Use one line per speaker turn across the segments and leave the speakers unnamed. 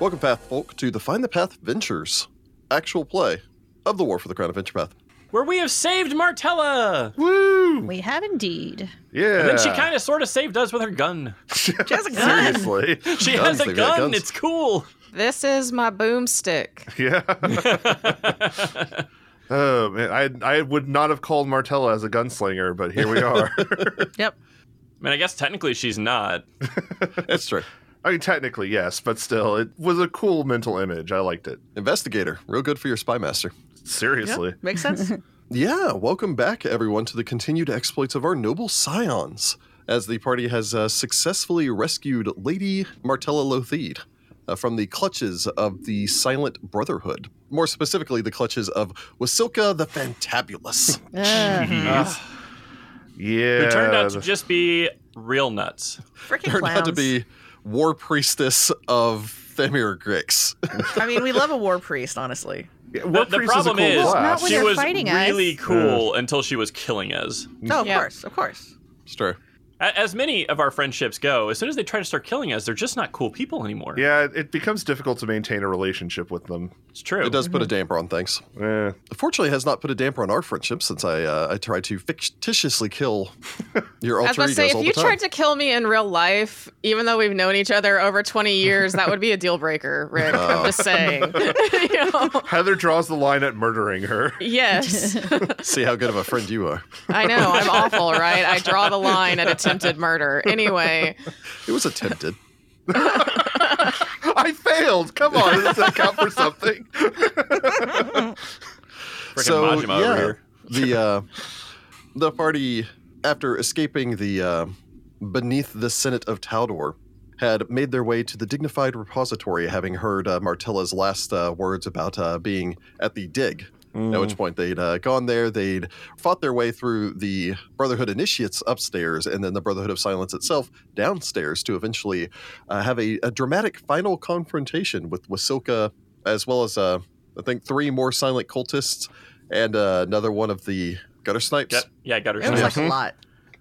Welcome, Path Folk, to the Find the Path Ventures actual play of the War for the Crown Adventure Path.
where we have saved Martella.
Woo!
We have indeed.
Yeah.
And then she kind of sort of saved us with her gun.
She has a gun.
Seriously.
She
Guns,
has a
they've got
gun.
guns.
It's cool.
This is my boomstick.
Yeah. oh man, I I would not have called Martella as a gunslinger, but here we are.
Yep.
I mean, I guess technically she's not.
That's true.
I mean, technically yes, but still, it was a cool mental image. I liked it.
Investigator, real good for your spy master.
Seriously.
Makes sense.
Yeah, welcome back, everyone, to the continued exploits of our noble scions, as the party has uh, successfully rescued Lady Martella Lothied uh, from the clutches of the Silent Brotherhood. More specifically, the clutches of Wasilka the Fantabulous.
Ugh.
Yeah.
Who turned out to just be real nuts.
Freaking
Turned
clowns.
out to be War Priestess of Thamir Grix.
I mean, we love a war priest, honestly.
Yeah,
The,
War
the
Priest is a
problem
cool
is,
Well,
class.
not when
she
they're
was
fighting us.
really cool until she was killing us.
No,
Oh,
of
Yeah.
course, of course.
It's true.
A- As many of our friendships go, as soon as they try to start killing us, they're just not cool people anymore.
yeah, it becomes difficult to maintain a relationship with them.
it's true.
It does put a damper on things.
Eh.
Fortunately, it has not put a damper on our friendship since I uh, I tried to fictitiously kill your
I was
alter
about to
egos
say, if
all
you
the time.
tried to kill me in real life, even though we've known each other over 20 years, that would be a deal breaker, Rick. I'm just saying. You know?
Heather draws the line at murdering her.
Yes.
See how good of a friend you are.
I know. I'm awful, right? I draw the line at attempted murder. Anyway,
It was attempted.
I failed. Come on, does that count for something?
Frickin' Majima over here.
the uh, the party after escaping the uh, beneath the Senate of Taldor had made their way to the dignified repository, having heard uh, Martella's last uh, words about uh, being at the dig.
Mm.
At which point they'd uh, gone there, they'd fought their way through the Brotherhood initiates upstairs, and then the Brotherhood of Silence itself downstairs to eventually uh, have a, a dramatic final confrontation with Wasilka, as well as uh, I think three more silent cultists and uh, another one of the gutter snipes.
Get- yeah, I got her.
it was
Yeah.
like a lot.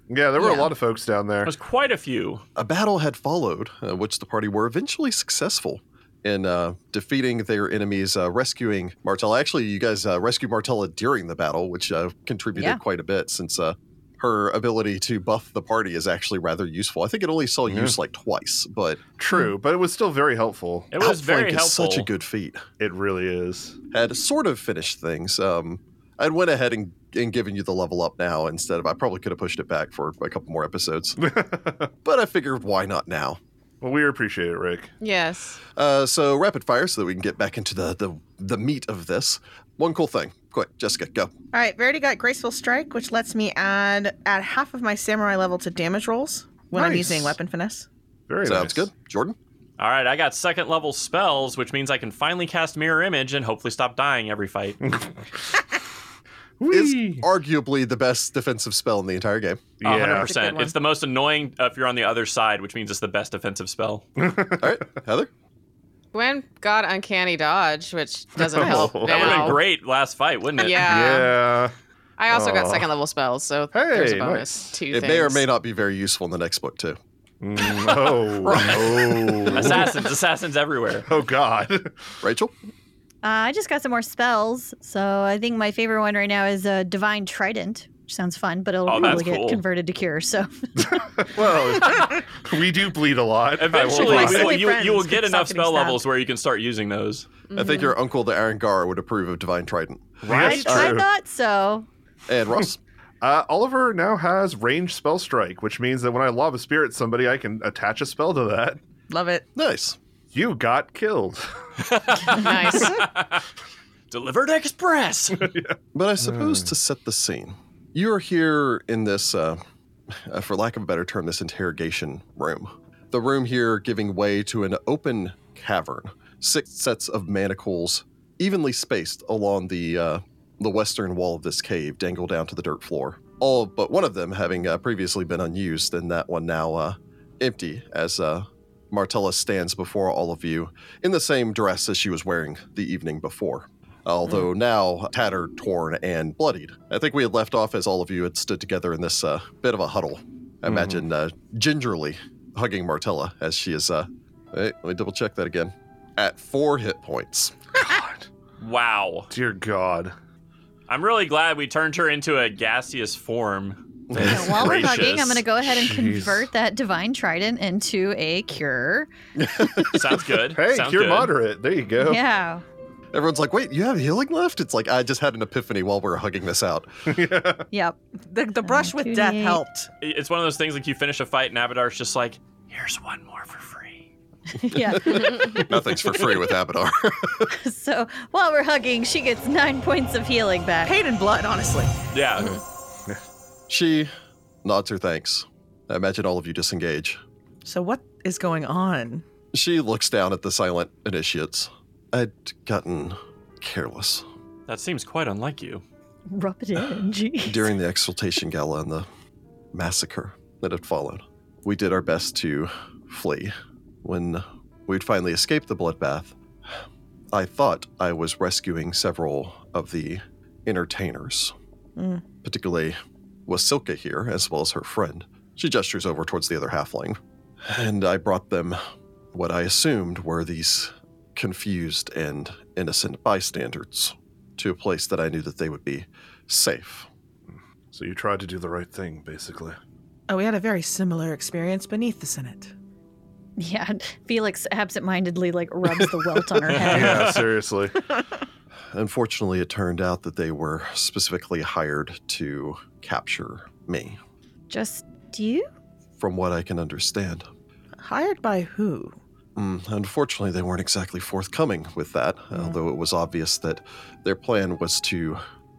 Yeah, there were a
Yeah.
lot of folks down there.
There's quite a few.
A battle had followed, uh, which the party were eventually successful in uh, defeating their enemies, uh, rescuing Martella. Actually, you guys uh, rescued Martella during the battle, which uh, contributed
Yeah.
quite a bit since uh, her ability to buff the party is actually rather useful. I think it only saw
Yeah.
use like twice, but
True, but it was still very helpful.
It was
outflank
very
is
helpful.
such a good feat.
It really is.
had sort of finished things. Um, I went ahead and, and given you the level up now instead of I probably could have pushed it back for a couple more episodes, but I figured why not now?
Well, we appreciate it, Rick.
Yes.
Uh, so rapid fire so that we can get back into the the, the meat of this. One cool thing, quick, Jessica, go.
All right, Verity got Graceful Strike, which lets me add add half of my samurai level to damage rolls when I'm
Nice.
using weapon finesse.
Very
Sounds
nice.
good, Jordan.
All right, I got second level spells, which means I can finally cast Mirror Image and hopefully stop dying every fight.
Is
Whee!
arguably the best defensive spell in the entire game.
A
yeah.
100%. It's, the most annoying if you're on the other side, which means it's the best defensive spell.
All right, Heather.
Gwen got uncanny dodge, which doesn't help
Oh.
now.
That would have been great last fight, wouldn't it?
Yeah.
Yeah.
I also got
Oh.
second level spells, so
Hey,
there's a bonus. Two
It may or may not be very useful in the next book too.
Mm, oh. oh.
Assassins, assassins everywhere.
Oh, God.
Rachel.
Uh, I just got some more spells, so I think my favorite one right now is uh, Divine Trident, which sounds fun, but it'll
Oh, that's
probably get
cool.
converted to cure. So
Well, we do bleed a lot. I won't
Eventually, we
My
lie.
will-
silly
you, you will
friends
get enough
keep stopping me
spell
stabbed.
levels where you can start using those.
I think your uncle, the Arangara, would approve of Divine Trident.
That's
I, I
true.
thought so.
And Ross.
Uh, Oliver now has range spell strike, which means that when I lob a spirit somebody, I can attach a spell to that.
Love it.
nice.
You got killed.
nice.
Delivered Express!
But I suppose to set the scene, you are here in this, uh, uh, for lack of a better term, this interrogation room. The room here giving way to an open cavern, six sets of manacles evenly spaced along the uh, the western wall of this cave dangle down to the dirt floor. all but one of them having uh, previously been unused, and that one now uh, empty as uh, Martella stands before all of you in the same dress as she was wearing the evening before, although now tattered, torn, and bloodied. I think we had left off as all of you had stood together in this uh, bit of a huddle. I imagine uh, gingerly hugging Martella as she is. Uh, wait, let me double check that again. At four hit points.
God,
Wow.
dear God.
I'm really glad we turned her into a gaseous form.
Yeah, while we're hugging, I'm going to
Gracious.
go ahead and
Jeez.
convert that divine trident into a cure.
Sounds good.
Hey,
Sounds
you're
good.
moderate. There you go.
Yeah.
Everyone's like, wait, you have healing left? It's like, I just had an epiphany while we were hugging this out.
Yep.
The, the
Oh,
brush with death
2d8.
helped.
It's one of those things like you finish a fight and Avatar's just like, here's one more for free.
Yeah.
Nothing's for free with Abadar.
so while we're hugging, she gets nine points of healing back.
Paid in blood, honestly.
Yeah.
Mm-hmm. she nods her thanks. I imagine all of you disengage.
So what is going on?
She looks down at the silent initiates. I'd gotten careless
That seems quite unlike you.
Rub it in. Jeez.
during the exultation gala and the massacre that had followed. We did our best to flee. When we'd finally escaped the bloodbath, I thought I was rescuing several of the entertainers,
Mm.
particularly Wasilka here, as well as her friend. She gestures over towards the other halfling. And I brought them what I assumed were these confused and innocent bystanders to a place that I knew that they would be safe.
So you tried to do the right thing, basically.
Oh, we had a very similar experience beneath the Senate.
Yeah. Felix absentmindedly like rubs the welt on her head.
yeah, seriously.
Unfortunately, it turned out that they were specifically hired to capture me,
Just do you?
from what I can understand.
Hired by who?
Mm, unfortunately, they weren't exactly forthcoming with that, although it was obvious that their plan was to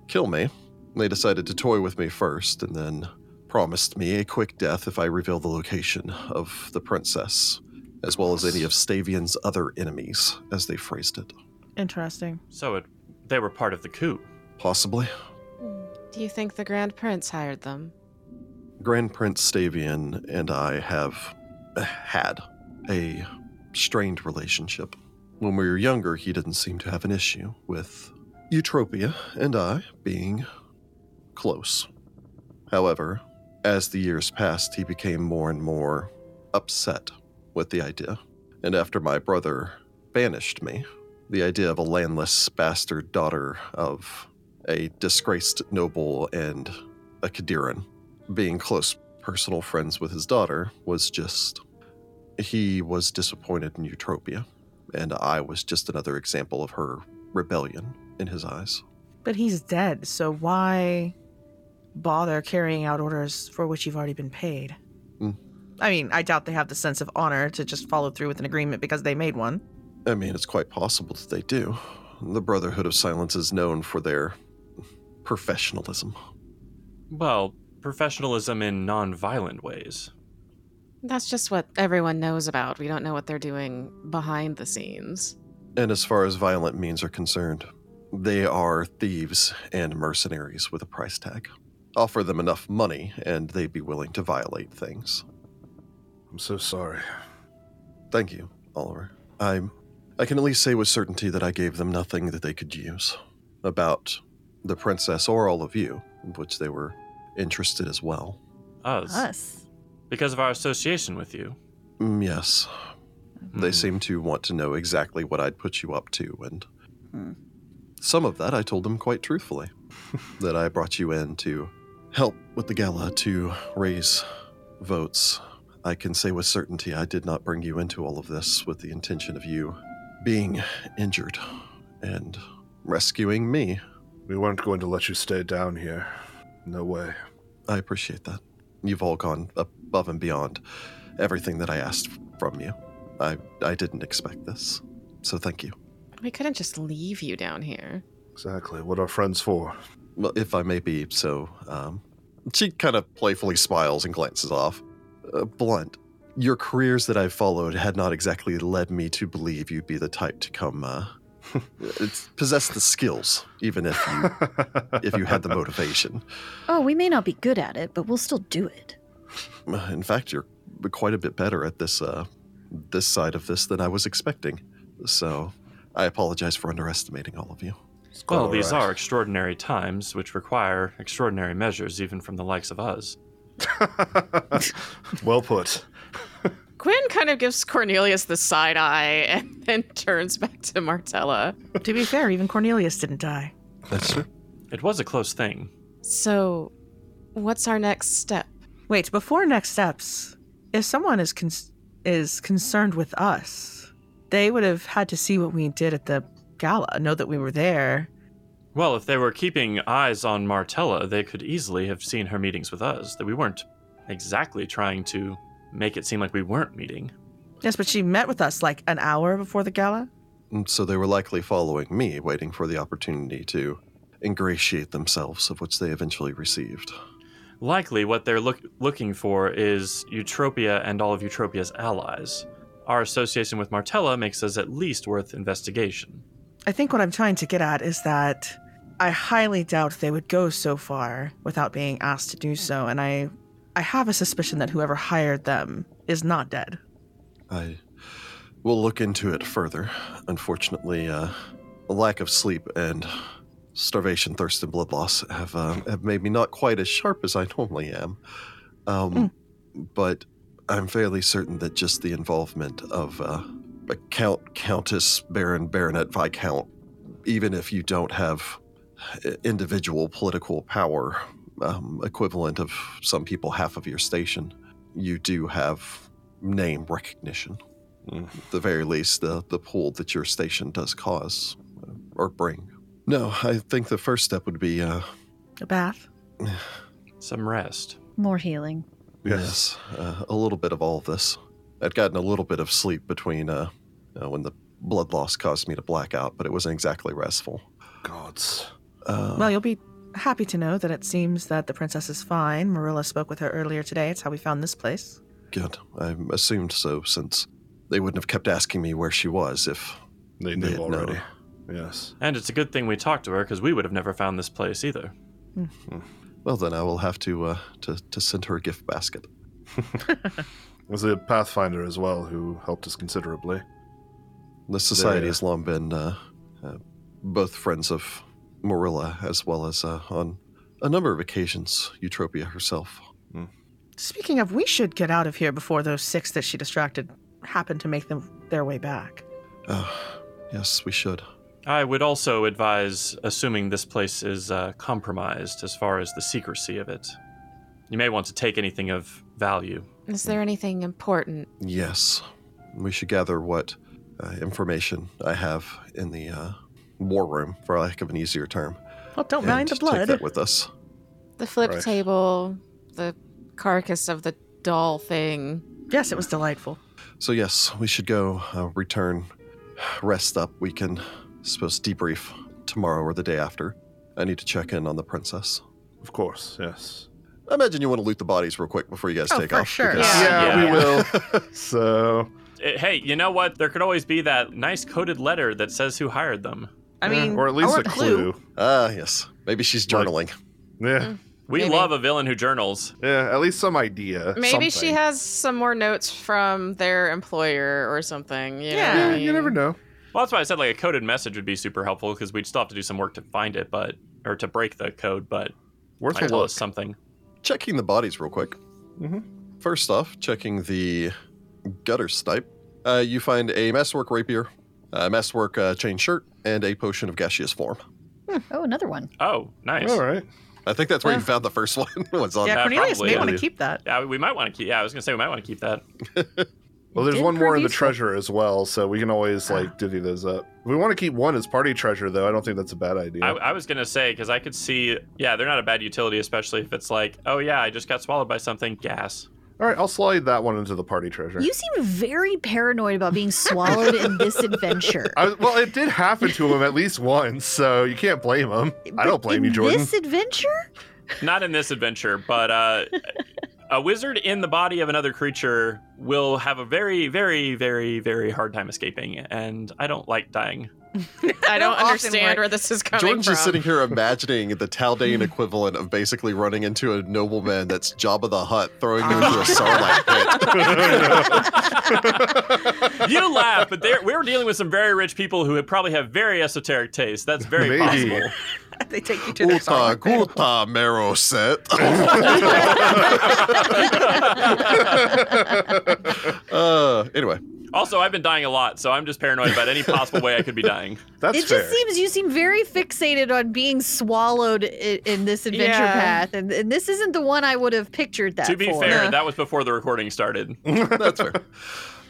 kill me. They decided to toy with me first and then promised me a quick death if I reveal the location of the princess, as well as any of Stavian's other enemies, as they phrased it.
Interesting.
So it, they were part of the coup.
Possibly.
Do you think the Grand Prince hired them?
Grand Prince Stavian and I have had a strained relationship. When we were younger, he didn't seem to have an issue with Eutropia and I being close. However, as the years passed, he became more and more upset with the idea. And after my brother banished me, the idea of a landless bastard daughter of a disgraced noble and a Kadiran being close personal friends with his daughter was just he was disappointed in Eutropia, and I was just another example of her rebellion in his eyes.
But he's dead, so why bother carrying out orders for which you've already been paid?
Mm.
I mean, I doubt they have the sense of honor to just follow through with an agreement because they made one.
I mean, it's quite possible that they do. The Brotherhood of Silence is known for their professionalism.
Well, professionalism in non-violent ways.
That's just what everyone knows about. We don't know what they're doing behind the scenes.
And as far as violent means are concerned, they are thieves and mercenaries with a price tag. Offer them enough money, and they'd be willing to violate things.
I'm so sorry.
Thank you, Oliver. I I can at least say with certainty that I gave them nothing that they could use about the princess or all of you, of which they were interested as well.
Us.
Us.
Because of our association with you.
Mm, yes, they
Hmm.
seemed to want to know exactly what I'd put you up to, and some of that I told them quite truthfully that I brought you in to help with the gala to raise votes. I can say with certainty I did not bring you into all of this with the intention of you being injured and rescuing me.
We weren't going to let you stay down here. No way.
I appreciate that. You've all gone above and beyond everything that I asked from you. I, I didn't expect this, so thank you.
We couldn't just leave you down here.
Exactly. What are friends for?
Well, if I may be so, um, she kind of playfully smiles and glances off. Uh, blunt, your careers that I've followed had not exactly led me to believe you'd be the type to come uh, It's possess the skills, even if you if you had the motivation.
Oh, we may not be good at it, but we'll still do it.
In fact, you're quite a bit better at this uh, this side of this than I was expecting. So, I apologize for underestimating all of you.
Well, these are extraordinary times which require extraordinary measures, even from the likes of us.
well put.
Quinn kind of gives Cornelius the side eye and then turns back to Martella.
to be fair, even Cornelius didn't die.
That's true.
It was a close thing.
So, what's our next step?
Wait, before next steps, if someone is con- is concerned with us, they would have had to see what we did at the gala, know that we were there.
Well, if they were keeping eyes on Martella, they could easily have seen her meetings with us, that we weren't exactly trying to make it seem like we weren't meeting.
Yes, but she met with us like an hour before the gala.
And Mm, so they were likely following me, waiting for the opportunity to ingratiate themselves, of which they eventually received.
Likely, what they're look- looking for is Eutropia and all of Eutropia's allies. Our association with Martella makes us at least worth investigation.
I think what I'm trying to get at is that I highly doubt they would go so far without being asked to do so, and I I have a suspicion that whoever hired them is not dead.
I will look into it further. Unfortunately, uh, a lack of sleep and starvation, thirst, and blood loss have uh, have made me not quite as sharp as I normally am. Um, But I'm fairly certain that just the involvement of uh, a count, countess, baron, baronet, viscount, even if you don't have i- individual political power um, equivalent of some people half of your station, you do have name recognition the very least, the, the pull that your station does cause uh, or bring. No, I think the first step would be uh,
A bath.
Some rest.
More healing.
yes, uh, a little bit of all of this. I'd gotten a little bit of sleep between uh, uh, when the blood loss caused me to black out, but it wasn't exactly restful.
Gods.
Uh,
Well, you'll be happy to know that it seems that the princess is fine. Marilla spoke with her earlier today. It's how we found this place.
good. I assumed so, since they wouldn't have kept asking me where she was if
They
they
knew
had
already.
known.
Yes.
And it's a good thing we talked to her, because we would have never found this place either.
Well, then I will have to uh, to to send her a gift basket.
It was a Pathfinder as well who helped us considerably.
The society
There.
has long been uh, uh, both friends of Marilla as well as uh, on a number of occasions Eutropia herself.
Speaking of, we should get out of here before those six that she distracted happen to make them their way back.
Ah, yes, we should.
I would also advise assuming this place is uh, compromised as far as the secrecy of it. You may want to take anything of value.
Is there anything important?
Yes, we should gather what uh, information I have in the uh, war room, for lack of an easier term.
Well, don't
and
mind the
Take
blood.
that with us.
The flip
Right.
table, the carcass of the doll thing.
Yes, it was delightful.
So yes, we should go uh, return, rest up. We can, I suppose, debrief tomorrow or the day after. I need to check in on the princess.
Of course, yes.
I imagine you want to loot the bodies real quick before you guys
Oh,
take
for
off.
sure.
because-
Yeah.
Yeah, we
Yeah.
will. so,
Eh, hey, you know what? There could always be that nice coded letter that says who hired them.
I mean,
or at least a
want
clue.
Ah, yes. Maybe she's
Like-
journaling.
Yeah,
We
Maybe.
love a villain who journals.
yeah. At least some idea.
Maybe she
something.
has some more notes from their employer or something. You
Yeah.
know what I
Yeah, you
mean?
never know.
Well, that's why I said like a coded message would be super helpful because we'd still have to do some work to find it, but or to break the code, but
Worth
might
a
tell
look.
us something.
Checking the bodies real quick.
Mhm.
First off, checking the gutter snipe. Uh, you find a masterwork rapier, a masterwork uh, chain shirt, and a potion of gaseous form.
Oh, another one.
Oh, nice.
All right.
I think that's where you
Yeah.
found the first one. was on.
Yeah,
Yeah,
Cornelius
probably.
may want to keep that.
Yeah, we might want to keep. Yeah, I was gonna say we might want to keep that.
Well, there's
did
one more in the
previously.
treasure as well, so we can always like divvy those up. We want to keep one as party treasure, though. I don't think that's a bad idea.
I, I was gonna say because I could see. Yeah, they're not a bad utility, especially if it's like, oh yeah, I just got swallowed by something. Gas.
All right, I'll slide that one into the party treasure.
You seem very paranoid about being swallowed in this adventure.
I was, well, it did happen to him at least once, so you can't blame him. I don't
But
blame you,
in
Jordan.
This adventure?
Not in this adventure, but uh, a wizard in the body of another creature will have a very, very, very, very hard time escaping, and I don't like dying.
I don't
often
understand
work.
where this is coming
Jordan's
from.
just sitting here imagining the Taldane equivalent of basically running into a nobleman that's Jabba the Hutt throwing you into a sarlacc pit.
You laugh, but they're- we're dealing with some very rich people who probably have very esoteric tastes. That's very
Maybe.
possible.
they take you to their
Uta
song.
guta mero set. uh, anyway,
Also, I've been dying a lot, so I'm just paranoid about any possible way I could be dying.
That's
it
fair.
just seems you seem very fixated on being swallowed in, in this adventure
Yeah.
path, and, and this isn't the one I would have pictured that.
to be
for.
fair, that was before the recording started.
that's fair.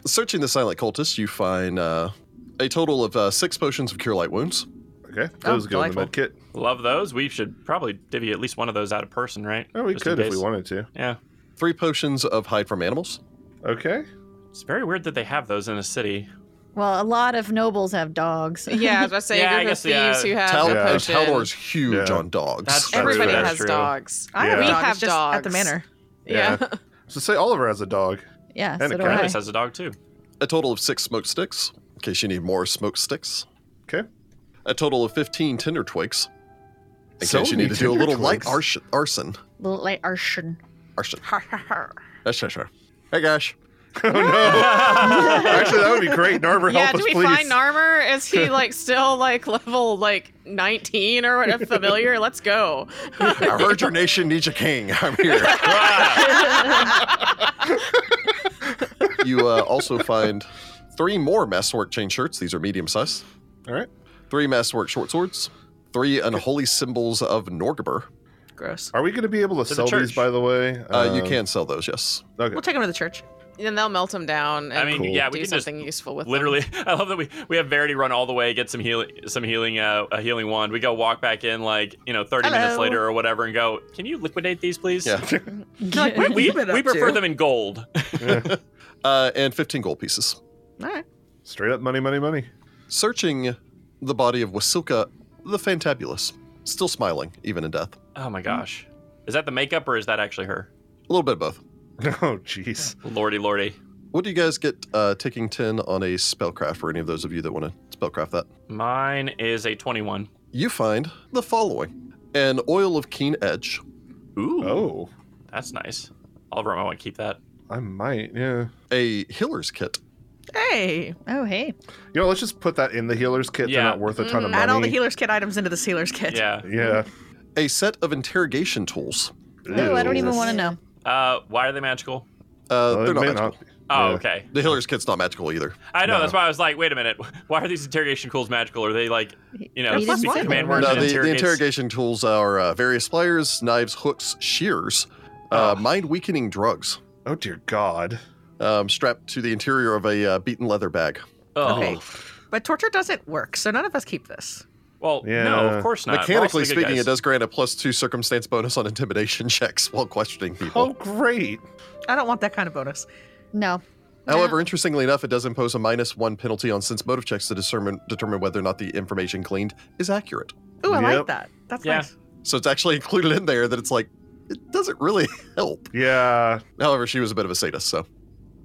Searching the silent cultist, you find uh, a total of uh, six potions of cure light wounds.
okay, those go in the
delightful.
med kit.
Love those. We should probably divvy at least one of those out of person, right?
Oh, we
Just in
could if we
case.
wanted to.
Yeah.
Three potions of hide from animals.
Okay.
It's very weird that they have those in a city.
Well, a lot of nobles have dogs.
Yeah, I was about to say
Yeah, I
a group of
guess, yeah.
thieves who have
Tal-
a
Yeah.
potion.
Taldor's huge
Yeah.
on dogs.
That's true.
Everybody
That's
has
true.
dogs.
I
Yeah.
have a
We
dog.
have
It's just at the
dogs.
manor.
Yeah.
So say Oliver has a dog.
Yeah,
And
so
a
do
cat.
I.
Travis has a dog too.
A total of six smoked sticks, in case you need more smoked sticks.
Okay.
A total of 15 tinder twigs, in
So
case you
many
need to do a
tinder
little light
twigs.
arsh- arson.
Little like Arshin.
Arson. That's sure, sure. Hey, gosh.
Oh no! Actually, that would be great. Narver,
yeah,
help
do
us,
we
please.
find Narmer? Is he like still like level like 19 or whatever familiar? Let's go.
I heard your nation needs a king. I'm here. you uh, also find three more masterwork chain shirts. These are medium size.
All right.
Three masterwork short swords. Three unholy symbols of Norgaber.
Gross.
Are we going to be able to,
To the
sell these?
church.
By the way,
Uh, you
Um,
can sell those, yes.
Okay.
We'll take him to the church.
Then they'll melt him down. And
I mean,
Cool.
yeah, we
do
can just
something useful with them.
literally. I love that we we have Verity run all the way, get some healing, some healing, uh, a healing wand. We go walk back in like you know thirty minutes
Hello.
later or whatever, and go. Can you liquidate these, please?
Yeah.
like, what have
We,
you been up
we prefer
to?
them in gold.
Uh, and 15 gold pieces.
All right.
Straight up money, money, money.
Searching the body of Wasilka the Fantabulous, still smiling, even in death.
Oh my gosh, is that the makeup or is that actually her?
A little bit of both.
Oh, jeez.
Lordy, lordy.
What do you guys get uh, taking 10 on a spellcraft for any of those of you that want to spellcraft that?
Mine is a twenty-one.
You find the following an oil of keen edge,
Ooh,
Oh,
that's nice. Oliver, I might want to keep that.
I might. Yeah.
a healer's kit,
Hey,
Oh, hey.
You know, let's just put that in the healer's kit.
Yeah.
They're not worth a ton of money.
add all the healer's kit items into this healer's kit.
Yeah.
Yeah.
a set of interrogation tools.
Oh, I don't even
Ew.
want to know.
Uh, why are they magical?
Uh,
Well,
they're
it
not
may
magical.
not be.
Oh,
Yeah.
okay.
The healer's kit's not magical either.
I know.
No.
That's why I was like, wait a minute. Why are these interrogation tools magical? Are they like, you know,
He didn't
speak
say
command
that.
words?
No,
and
the, the
interrogates-
interrogation tools are uh, various pliers, knives, hooks, shears, uh,
Oh.
mind weakening drugs
Oh dear God.
um, strapped to the interior of a uh, beaten leather bag.
Oh.
Okay. But torture doesn't work, so none of us keep this.
Well, no,
Yeah.
of course not. We're all
Mechanically
still good
speaking,
guys.
it does grant a plus two circumstance bonus on intimidation checks while questioning people.
Oh great.
I don't want that kind of bonus.
No.
However, interestingly enough, it does impose a minus one penalty on sense motive checks to determine determine whether or not the information gleaned is accurate.
Ooh, I
Yep.
like that. That's
Yeah.
nice.
So it's actually included in there that it's like it doesn't really help.
Yeah.
However, she was a bit of a sadist, so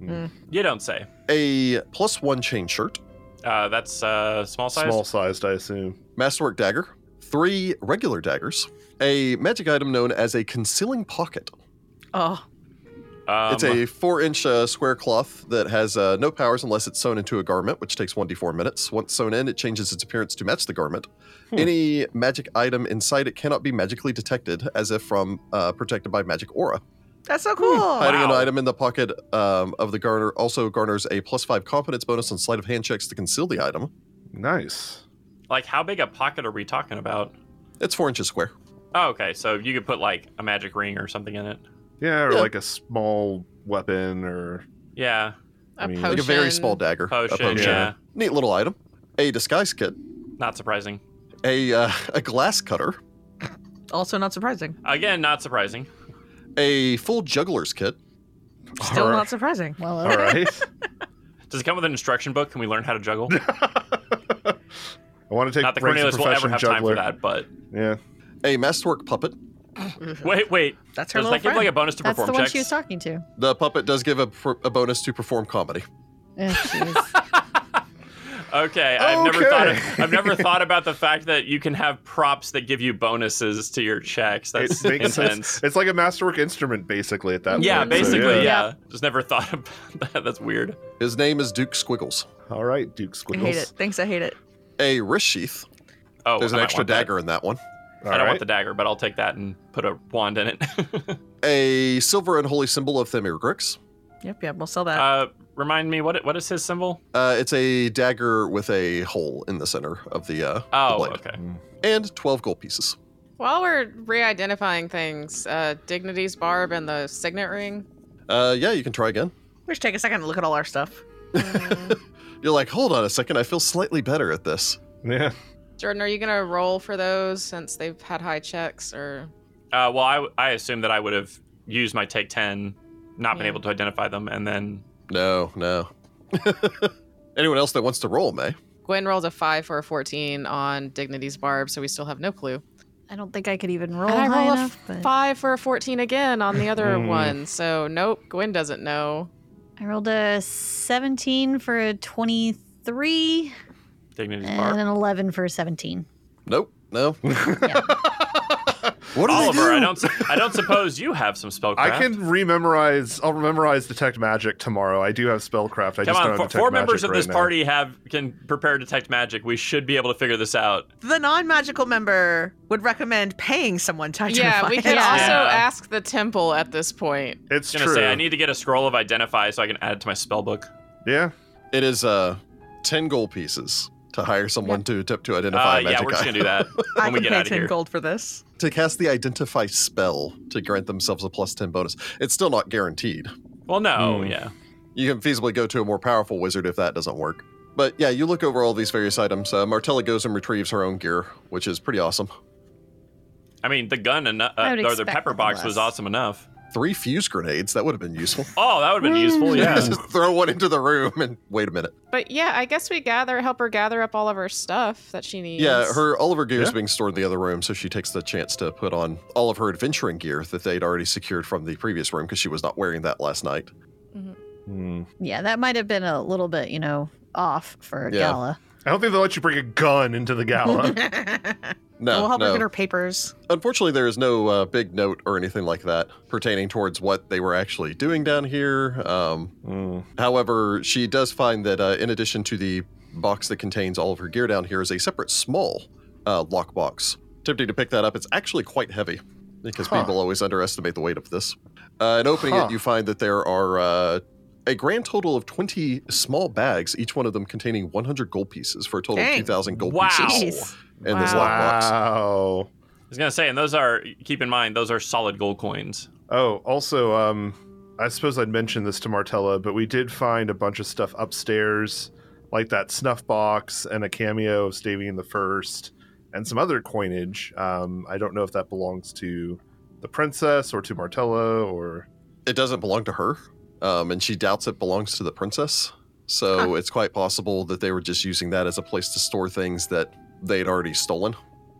You don't say.
a plus one chain shirt,
Uh, that's uh, small size.
Small sized, I assume.
masterwork dagger, three regular daggers, a magic item known as a concealing pocket.
Oh,
Um,
it's a four-inch uh, square cloth that has uh, no powers unless it's sewn into a garment, which takes 1d4 minutes. Once sewn in, it changes its appearance to match the garment.
Hmm.
Any magic item inside it cannot be magically detected, as if from uh, protected by magic aura.
that's so cool.
Hiding an
Wow.
item in the pocket um, of the garner also garners a plus five confidence bonus on sleight of hand checks to conceal the item.
Nice.
like how big a pocket are we talking about?
It's four inches square.
Oh, okay. So you could put like a magic ring or something in it.
Yeah, or
Yeah.
like a small weapon or
Yeah.
A
I mean-
potion.
Like a very small dagger. a
Potion.
potion.
Yeah.
Neat little item. A disguise kit.
Not surprising.
A, uh, a glass cutter.
Also, not surprising.
Again, not surprising.
A full juggler's kit.
Still
All right.
not surprising.
Well,
All right.
Does it come with an instruction book? Can we learn how to juggle?
I want to take
not that
ranks in
Cornelius will ever
profession
have time
juggler.
for that, but
Yeah.
A masterwork puppet.
Wait, wait.
That's her
Does
little
that give like
friend.
a bonus to
That's the
perform
one
checks?
she was talking to.
The puppet does give a, per- a bonus to perform comedy.
Ugh, Oh, jeez.
Okay, I've never thought of,
Okay.
I've never thought about the fact that you can have props that give you bonuses to your checks. That's
It makes
intense.
sense. It's like a masterwork instrument, basically, at that
Yeah,
point. so,
basically,
yeah.
yeah.
Yeah.
Just never thought about that. That's weird.
His name is Duke Squiggles.
All right, Duke
I
Squiggles.
hate it. Thanks, I hate it.
A wrist sheath.
Oh,
There's
I
an
might
extra
want that.
dagger in that one.
All
I don't
right.
want the dagger, but I'll take that and put a wand in it.
A silver and holy symbol of Themirgrix.
Yep, yep, we'll sell that.
uh, remind me what what is his symbol?
Uh, it's a dagger with a hole in the center of the, uh, the
Oh,
blade.
okay.
And 12 gold pieces.
While we're re-identifying things, uh, Dignity's barb and the signet ring.
Uh, yeah, you can try again.
we should take a second to look at all our stuff.
Hmm.
You're like, hold on a second, I feel slightly better at this.
Yeah.
Jordan, are you gonna roll for those since they've had high checks, or
Uh, well, I I assume that I would have used my take ten, not been
Yeah.
able to identify them, and then
No, no. Anyone else that wants to roll may.
Gwen rolled a five for a fourteen on Dignity's barb, so we still have no clue.
I don't think I could even roll
and I
high
roll a
enough. But
five for a fourteen again on the other
Hmm.
one. So nope, Gwen doesn't know.
I rolled a 17 for a 23
dignity's
and
bar.
an 11 for a 17.
Nope, no. what do they
Oliver, I
do?
don't s- I don't suppose you have some spellcraft.
I can rememorize. I'll memorize detect magic tomorrow. I do have spellcraft.
Come
I just
on,
don't have
four,
detect
four members
magic
of
right
this
now.
party have can prepare detect magic. We should be able to figure this out.
The non-magical member would recommend paying someone to identify.
Yeah, we
it.
can
Yeah.
also
Yeah.
ask the temple at this point.
It's
I was
true.
gonna say I need to get a scroll of identify so I can add it to my spell book.
yeah.
It is uh, 10 gold pieces to hire someone to attempt to identify
Uh,
a magic
yeah, we're just
item.
gonna do that
I
when we
can
get
pay
out of
10
here.
gold for this.
to cast the identify spell to grant themselves a plus 10 bonus. It's still not guaranteed.
Well, no,
Hmm.
yeah.
You can feasibly go to a more powerful wizard if that doesn't work. But yeah, you look over all these various items. Uh, Martella goes and retrieves her own gear, which is pretty awesome.
I mean, the gun and uh,
I would
or the
expect
pepper box was
less.
awesome enough.
Three fuse grenades, that would have been useful.
Oh, that would
Hmm.
have been useful. Yeah.
Just throw one into the room and wait a minute.
But yeah, I guess we gather, help her gather up all of her stuff that she needs.
Yeah, her all of her gear is
Yeah.
being stored in the other room, so she takes the chance to put on all of her adventuring gear that they'd already secured from the previous room because she was not wearing that last night.
Yeah, that might have been a little bit, you know, off for a
Yeah.
gala.
I don't think they'll let you bring a gun into the gala.
No,
we'll help her
no.
get her papers.
Unfortunately, there is no uh, big note or anything like that pertaining towards what they were actually doing down here. Um, However, she does find that uh, in addition to the box that contains all of her gear down here is a separate small uh, lockbox. Tempting to pick that up, it's actually quite heavy because
Huh.
people always underestimate the weight of this. Uh, and opening
Huh.
it, you find that there are uh, a grand total of 20 small bags, each one of them containing 100 gold pieces for a total
Dang.
of 2,000 gold
Wow.
pieces in this lockbox.
Wow.
I was gonna say, and those are keep in mind those are solid gold coins.
Oh, also, um, I suppose I'd mention this to Martella, but we did find a bunch of stuff upstairs, like that snuff box and a cameo of Stavian the First, and some other coinage. Um, I don't know if that belongs to the princess or to Martella or.
It doesn't belong to her, um, and she doubts it belongs to the princess. So it's quite possible that they were just using that as a place to store things that they'd already stolen.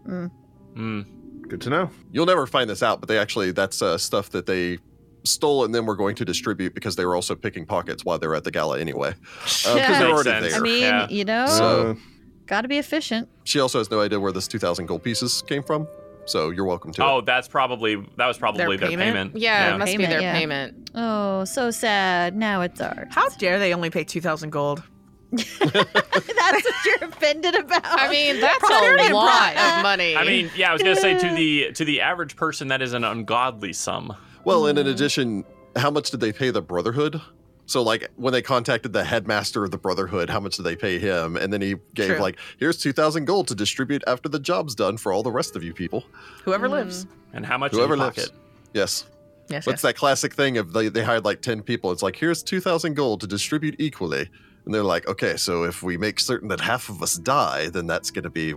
Mm.
Good to know.
You'll never find this out, but they actually, that's uh, stuff that they stole and then were going to distribute because they were also picking pockets while they were at the gala anyway. Uh, 'cause
Yeah.
they're
Makes
already
sense.
I
there.
mean,
Yeah.
you know,
Uh,
So-
got to be efficient.
she also has no idea where this 2,000 gold pieces came from. So you're welcome to
Oh, that's probably that was probably their,
payment?
payment.
Yeah, it must
Payment,
be their
yeah.
payment.
Oh, so sad. Now it's ours.
How dare they only pay 2,000 gold?
That's what you're offended about.
I mean, that's
Priority
a
and
lot
pro-
of money.
I mean, yeah, I was gonna say to the to the average person that is an ungodly sum.
it. Well, and in addition, how much did they pay the Brotherhood? So, like, when they contacted the headmaster of the Brotherhood, how much did they pay him? And then he gave,
True.
like, here's 2,000 gold to distribute after the job's done for all the rest of you people.
Whoever
Mm.
lives.
And how much
Whoever
in your
lives.
pocket?
Yes.
Yes,
What's that classic thing of they, they hired like 10 people? It's like, here's 2,000 gold to distribute equally. And they're like, okay, so if we make certain that half of us die, then that's going to be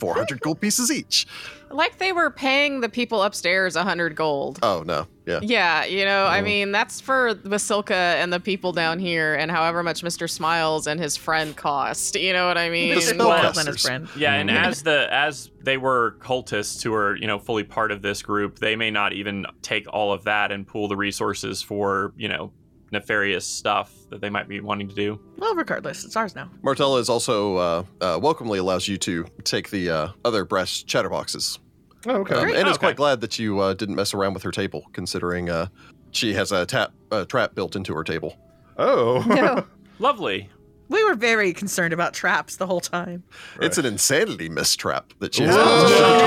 400 gold pieces each.
Like they were paying the people upstairs a hundred gold.
Oh, no. Yeah.
Yeah, you know, I mean, that's for Vasilka and the people down here, and however much Mister Smiles and his friend cost. You know what I mean?
The spell-
Well, then it's
Spellcasters.
brand.
Yeah, and
Mm-hmm.
as the as they were cultists who are you know fully part of this group, they may not even take all of that and pool the resources for you know nefarious stuff that they might be wanting to do.
Well, regardless, it's ours now.
Martella is also uh, uh, welcomely allows you to take the uh, other brass chatterboxes.
Oh, okay.
Um, and is
Okay.
quite glad that you uh, didn't mess around with her table, considering uh, she has a tap, uh, trap built into her table.
Oh.
No.
Lovely.
We were very concerned about traps the whole time.
It's an insanity mistrap that she has.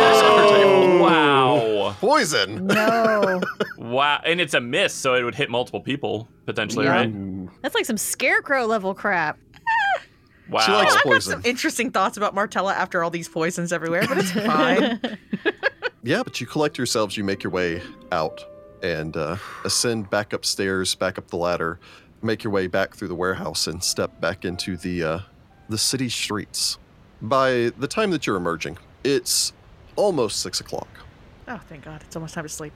Whoa.
Wow.
Poison.
No.
Wow. And it's a miss, so it would hit multiple people potentially,
Yeah.
right?
That's like some scarecrow level crap.
Wow.
She likes
I've got
poison.
some interesting thoughts about Martella after all these poisons everywhere, but it's fine.
Yeah, but you collect yourselves, you make your way out and uh, ascend back upstairs, back up the ladder, make your way back through the warehouse, and step back into the uh, the city streets. By the time that you're emerging, it's almost six o'clock.
oh, thank God. It's almost time to sleep.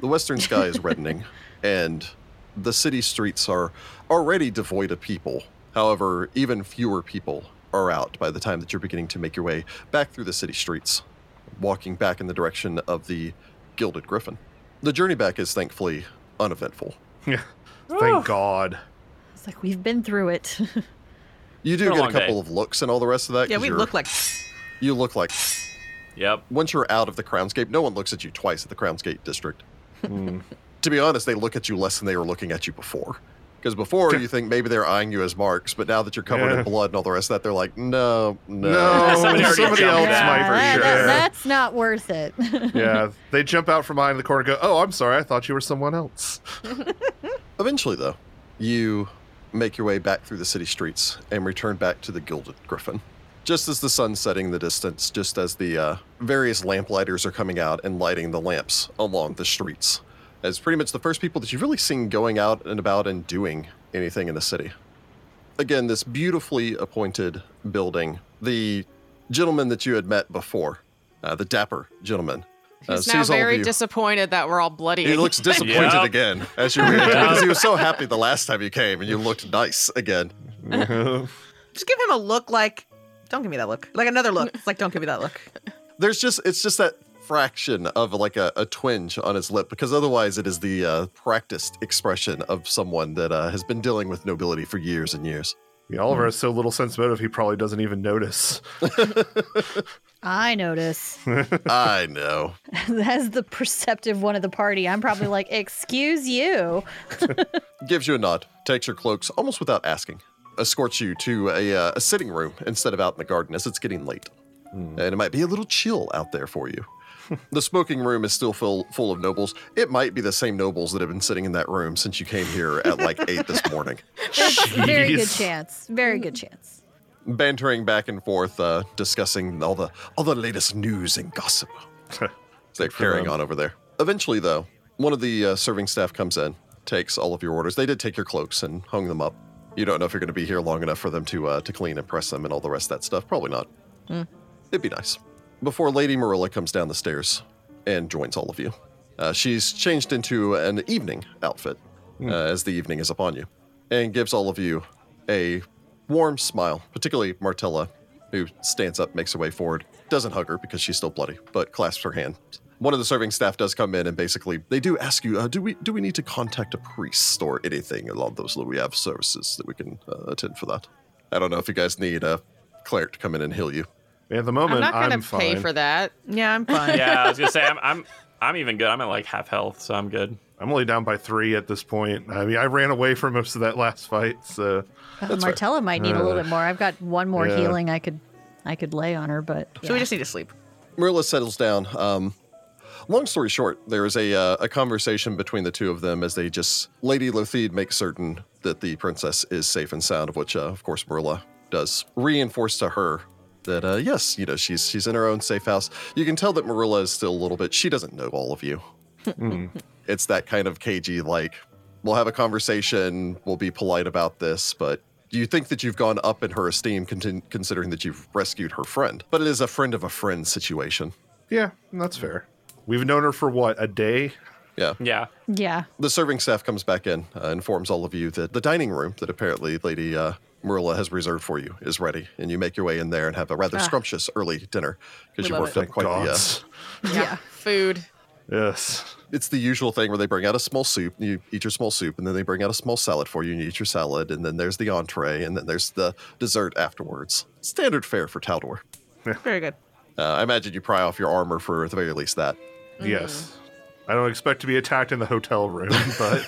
The western sky is reddening, and the city streets are already devoid of people. However, even fewer people are out by the time that you're beginning to make your way back through the city streets, walking back in the direction of the Gilded Griffin. The journey back is thankfully uneventful.
Yeah. Thank God.
It's like we've been through it.
You do
Been a
get a
long
couple
day.
of looks and all the rest of that.
Yeah,
'cause
we
you're-
look like.
you look like
Yep.
once you're out of the Crownscape, no one looks at you twice at the Crownsgate district.
Mm.
to be honest, they look at you less than they were looking at you before. Because before you think maybe they're eyeing you as marks, but now that you're covered
Yeah.
in blood and all the rest of that, they're like, no, no.
No,
Somebody
somebody,
already jumped
else
out.
might
that-
for
that-
sure.
that's not worth it.
yeah, they jump out from behind the corner and go, Oh, I'm sorry. I thought you were someone else.
Eventually, though, you make your way back through the city streets and return back to the Gilded Griffin. Just as the sun's setting in the distance, just as the uh, various lamplighters are coming out and lighting the lamps along the streets, as pretty much the first people that you've really seen going out and about and doing anything in the city. Again, this beautifully appointed building, the gentleman that you had met before, uh, the dapper gentleman, uh,
He's now
all of
very
you.
disappointed that we're all bloody.
He looks disappointed
Yep.
again as you read it because he was so happy the last time you came and you looked nice again.
Just give him a look like. Don't give me that look. Like another look. It's like, don't give me that look.
There's just it's just that fraction of like a, a twinge on his lip because otherwise it is the uh, practiced expression of someone that uh, has been dealing with nobility for years and years.
yeah, Oliver has so little sense motive, he probably doesn't even notice.
I notice.
I know.
As the perceptive one of the party, I'm probably like, excuse you.
Gives you a nod, takes your cloaks almost without asking, escorts you to a, uh, a sitting room instead of out in the garden as it's getting late. and it might be a little chill out there for you. the smoking room is still full full of nobles. It might be the same nobles that have been sitting in that room since you came here at like eight this morning,
It's very good
Jeez.
chance. Very good chance.
bantering back and forth, uh, discussing all the all the latest news and gossip. So they're carrying on over there. Eventually, though, one of the uh, serving staff comes in, takes all of your orders. They did take your cloaks and hung them up. You don't know if you're going to be here long enough for them to uh, to clean and press them and all the rest of that stuff. Probably not. It'd be nice. Before Lady Marilla comes down the stairs and joins all of you, uh, she's changed into an evening outfit uh, as the evening is upon you and gives all of you a warm smile, particularly Martella, who stands up, makes her way forward, doesn't hug her because she's still bloody, but clasps her hand. One of the serving staff does come in and basically they do ask you, uh, do we do we need to contact a priest or anything along those lines? We have services that we can uh, attend for that. I don't know if you guys need a cleric to come in and heal you.
At the
I'm
moment,
not
I'm,
gonna pay
fine.
for that.
Yeah, I'm fine.
Yeah, I was gonna say I'm I'm I'm even good. I'm at like half health, so I'm good.
I'm only down by three at this point. I mean, I ran away for most of that last fight, so
Uh, Martella might need a little bit more. I've got one more
Uh, yeah.
healing I could I could lay on her, but
So we
yeah.
just need to sleep.
Marilla settles down. Um, long story short, there is a uh, a conversation between the two of them as they just Lady Lothied makes certain that the princess is safe and sound, of which uh, of course Marilla does reinforce to her that uh, yes, you know she's she's in her own safe house. You can tell that Marilla is still a little bit. She doesn't know all of you. It's that kind of cagey like. We'll have a conversation. We'll be polite about this, but You think that you've gone up in her esteem, contin- considering that you've rescued her friend, but it is a friend of a friend situation.
Yeah, that's fair. We've known her for what, a day?
Yeah.
Yeah.
Yeah.
The serving staff comes back in, uh, informs all of you that the dining room that apparently Lady uh, Marilla has reserved for you is ready, and you make your way in there and have a rather scrumptious early dinner because
We
you
love
worked
it.
up quite the. Uh,
Gods.
yeah. Food.
Yes.
it's the usual thing where they bring out a small soup, you eat your small soup, and then they bring out a small salad for you, and you eat your salad, and then there's the entree, and then there's the dessert afterwards. Standard fare for Taldor.
Very good.
Uh, I imagine you pry off your armor for at the very least that.
Mm-hmm.
Yes. I don't expect to be attacked in the hotel room, but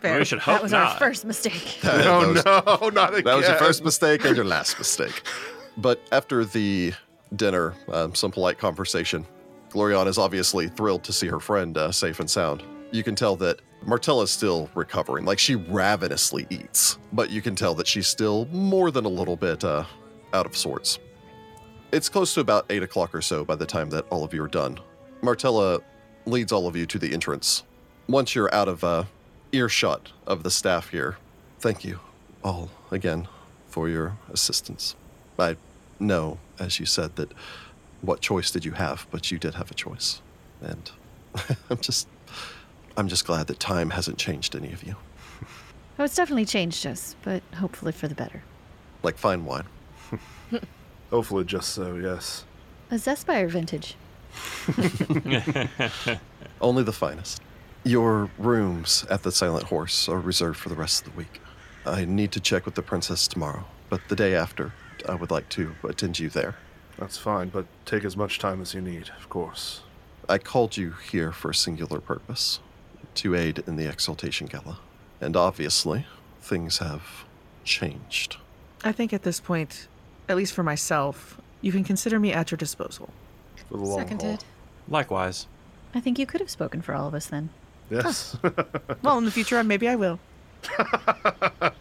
Fair.
We should hope
That was
not.
our first mistake.
oh
That was-
no, not again.
That was your first mistake and your last mistake. But after the dinner, um, some polite conversation, Glorian is obviously thrilled to see her friend uh, safe and sound. You can tell that Martella's still recovering. Like she ravenously eats, but you can tell that she's still more than a little bit uh, out of sorts. It's close to about 8 o'clock or so by the time that all of you are done. Martella leads all of you to the entrance. Once you're out of uh, earshot of the staff here, thank you all again for your assistance. I know, as you said, that what choice did you have, but you did have a choice. And I'm just I'm just glad that time hasn't changed any of you.
Oh, it's definitely changed us, but hopefully for the better.
Like fine wine.
Hopefully just so, yes.
A Zespire vintage.
Only the finest. Your rooms at the Silent Horse are reserved for the rest of the week. I need to check with the princess tomorrow, but the day after, I would like to attend you there.
That's fine, but take as much time as you need, of course.
I called you here for a singular purpose to aid in the Exaltation Gala. And obviously, things have changed.
I think at this point, at least for myself, you can consider me at your disposal.
For the long haul.
Seconded.
Likewise.
I think you could have spoken for all of us then.
Yes.
Well, in the future, I- maybe I will.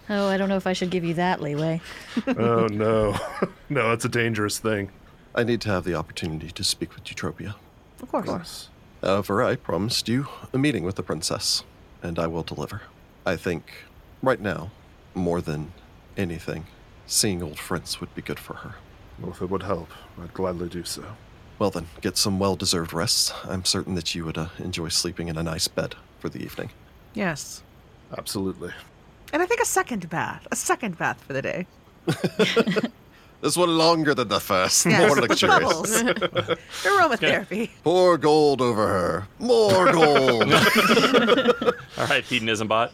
Oh, I don't know if I should give you that leeway.
oh no. no, that's a dangerous thing.
I need to have the opportunity to speak with Eutropia.
Of course.
Yes.
However, I Uh, promised you a meeting with the princess, and I will deliver. I think, right now, more than anything, seeing old friends would be good for her.
Well, if it would help, I'd gladly do so.
Well, then, get some well deserved rest. I'm certain that you would uh, enjoy sleeping in a nice bed for the evening.
Yes.
Absolutely.
And I think a second bath, a second bath for the day.
This one longer than Mm-hmm. the first.
Yes,
More
with
luxurious.
bubbles. Aromatherapy.
Pour gold over her. More gold.
All right, hedonism bot.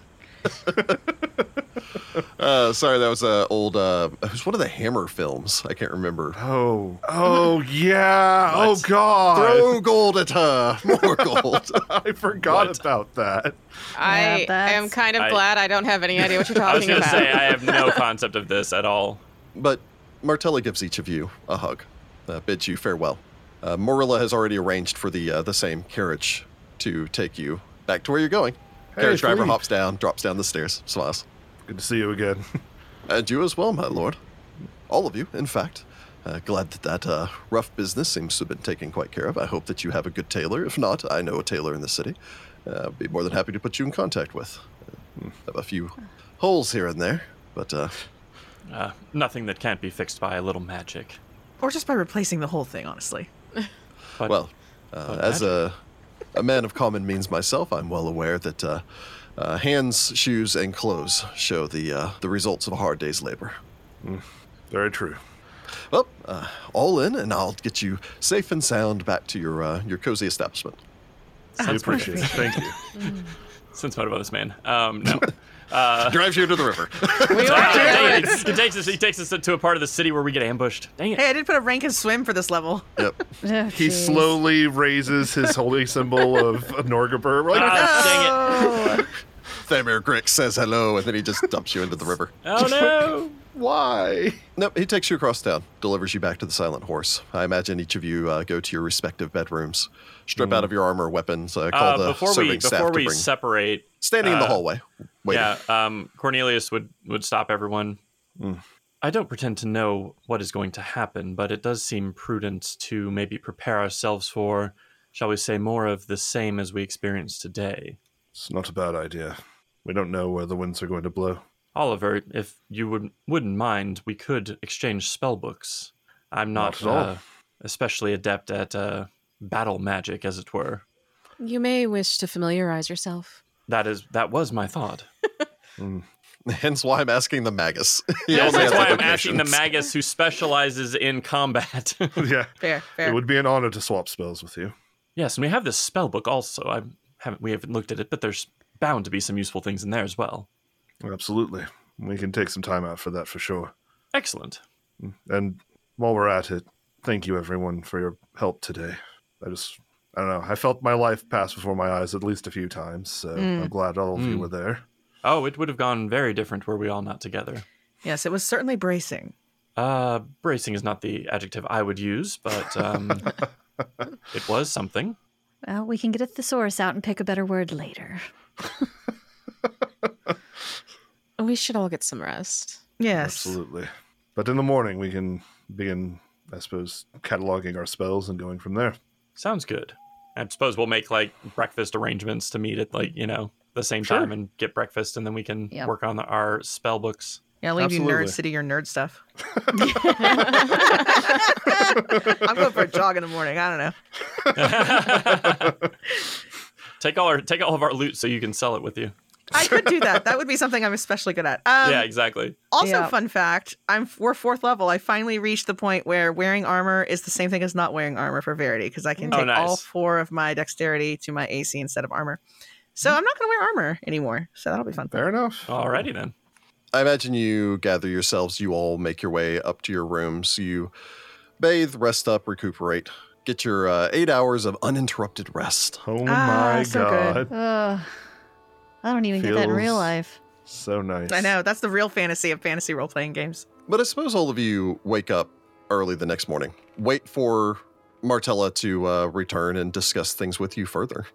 uh, sorry, that was an uh, old. Uh, it was one of the Hammer films. I can't remember.
Oh. Oh yeah.
What?
Oh god.
Throw gold at her. More gold.
I forgot
What?
about that.
I
that's-
am kind of
I-
glad I don't have any idea what you're
I was
talking
going to
Oh,
say,
about.
I have no concept of this at all.
but Martella gives each of you a hug, uh, bids you farewell. Uh, Marilla has already arranged for the uh, the same carriage to take you back to where you're going.
Hey,
carriage driver
Philippe.
hops down, drops down the stairs, smiles.
Good to see you again.
And you as well, my lord. All of you, in fact. Uh, glad that that uh, rough business seems to have been taken quite care of. I hope that you have a good tailor. If not, I know a tailor in the city. Uh, be more than happy to put you in contact with. Uh, have a few holes here and there, but uh,
Uh, nothing that can't be fixed by a little magic.
Or just by replacing the whole thing, honestly.
But
well, uh, as a a man of common means myself, I'm well aware that uh, uh, hands, shoes, and clothes show the uh, the results of a hard day's labor.
Very true.
Well, uh, all in, and I'll get you safe and sound back to your uh, your cozy establishment.
We appreciate it. Thank you.
since what about this man? Um, no. Ah,
Drives you to the river.
we are
Dang
doing
it. he takes us. He takes us to a part of the city where we get ambushed. Dang it!
Hey, I did put a rank and swim for this level.
yep.
Oh,
He
jeez.
slowly raises his holy symbol of Norgaber. We're like,
Ah,
Oh,
Thamir Grix says hello, and then he just dumps you into the river.
dang it! Oh no!
why?
Nope, he takes you across town, delivers you back to the Silent Horse. I imagine each of you uh, go to your respective bedrooms, strip out of your armor, weapons, uh, call
Hmm. Uh,
the
before
serving
we
staff
before
to
we
bring.
separate,
standing in the
uh,
hallway, waiting.
yeah, um, Cornelius would would stop everyone. I don't pretend to know what is going to happen, but it does seem prudent to maybe prepare ourselves for, shall we say, more of the same as we experienced today.
It's not a bad idea. We don't know where the winds are going to blow.
Oliver, if you would, wouldn't mind, we could exchange spell books. I'm not,
Not at all.
uh, especially adept at uh, battle magic, as it were.
You may wish to familiarize yourself.
That is that was my thought.
Hence why I'm asking the magus. He
Yes,
only has
that's why I'm
invocations.
asking the magus who specializes in combat.
yeah,
Fair,
it
fair.
would be an honor to swap spells with you.
yes, and we have this spell book also. I haven't we haven't looked at it, but there's bound to be some useful things in there as well.
Absolutely. We can take some time out for that for sure.
Excellent.
And while we're at it, thank you everyone for your help today. I just, I don't know, I felt my life pass before my eyes at least a few times, so
Mm.
I'm glad all of you
Mm.
were there.
Oh, it would have gone very different were we all not together.
Yes, it was certainly bracing.
Uh, bracing is not the adjective I would use, but um, it was something.
Well, we can get a thesaurus out and pick a better word later.
we should all get some rest.
Yes.
Absolutely. But in the morning, we can begin, I suppose, cataloging our spells and going from there.
Sounds good. I suppose we'll make like breakfast arrangements to meet at like you know the same
Sure.
time and get breakfast, and then we can
Yep.
work on the, our spell books.
Yeah, leave you
Absolutely.
nerd city your nerd stuff. I'm going for a jog in the morning. I don't know.
take all our take all of our loot so you can sell it with you.
I could do that. That would be something I'm especially good at. Um,
yeah, exactly.
Also,
Yeah.
fun fact: I'm we're fourth level. I finally reached the point where wearing armor is the same thing as not wearing armor for Verity because I can
Oh,
take
nice.
all four of my dexterity to my AC instead of armor. So I'm not going to wear armor anymore. So that'll be fun.
Fair enough.
Alrighty then.
I imagine you gather yourselves, you all make your way up to your rooms, you bathe, rest up, recuperate, get your uh, eight hours of uninterrupted rest.
Oh
Ah,
my
so good.
god.
Ugh. I don't even get that in real
Feels-
life.
So nice.
I know that's the real fantasy of fantasy role playing games.
But I suppose all of you wake up early the next morning, wait for Martella to uh, return and discuss things with you further.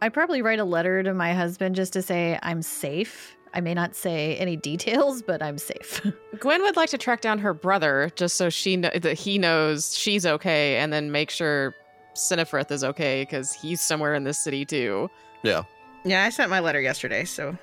I probably write a letter to my husband just to say I'm safe. I may not say any details, but I'm safe.
Gwen would like to track down her brother just so she kn- that he knows she's okay, and then make sure Cinefrith is okay because he's somewhere in this city too.
Yeah, I sent my letter yesterday, so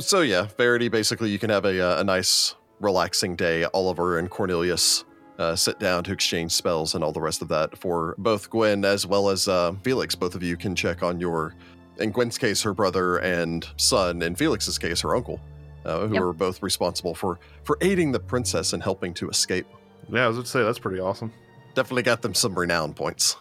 So yeah, Verity. Basically, you can have a, uh, a nice, relaxing day. Oliver and Cornelius uh, sit down to exchange spells and all the rest of that for both Gwen as well as uh, Felix. Both of you can check on your, in Gwen's case, her brother and son. In Felix's case, her uncle, uh, who
Yep.
are both responsible for for aiding the princess and helping to escape.
Yeah, I was going to say, that's pretty awesome.
Definitely got them some renown points.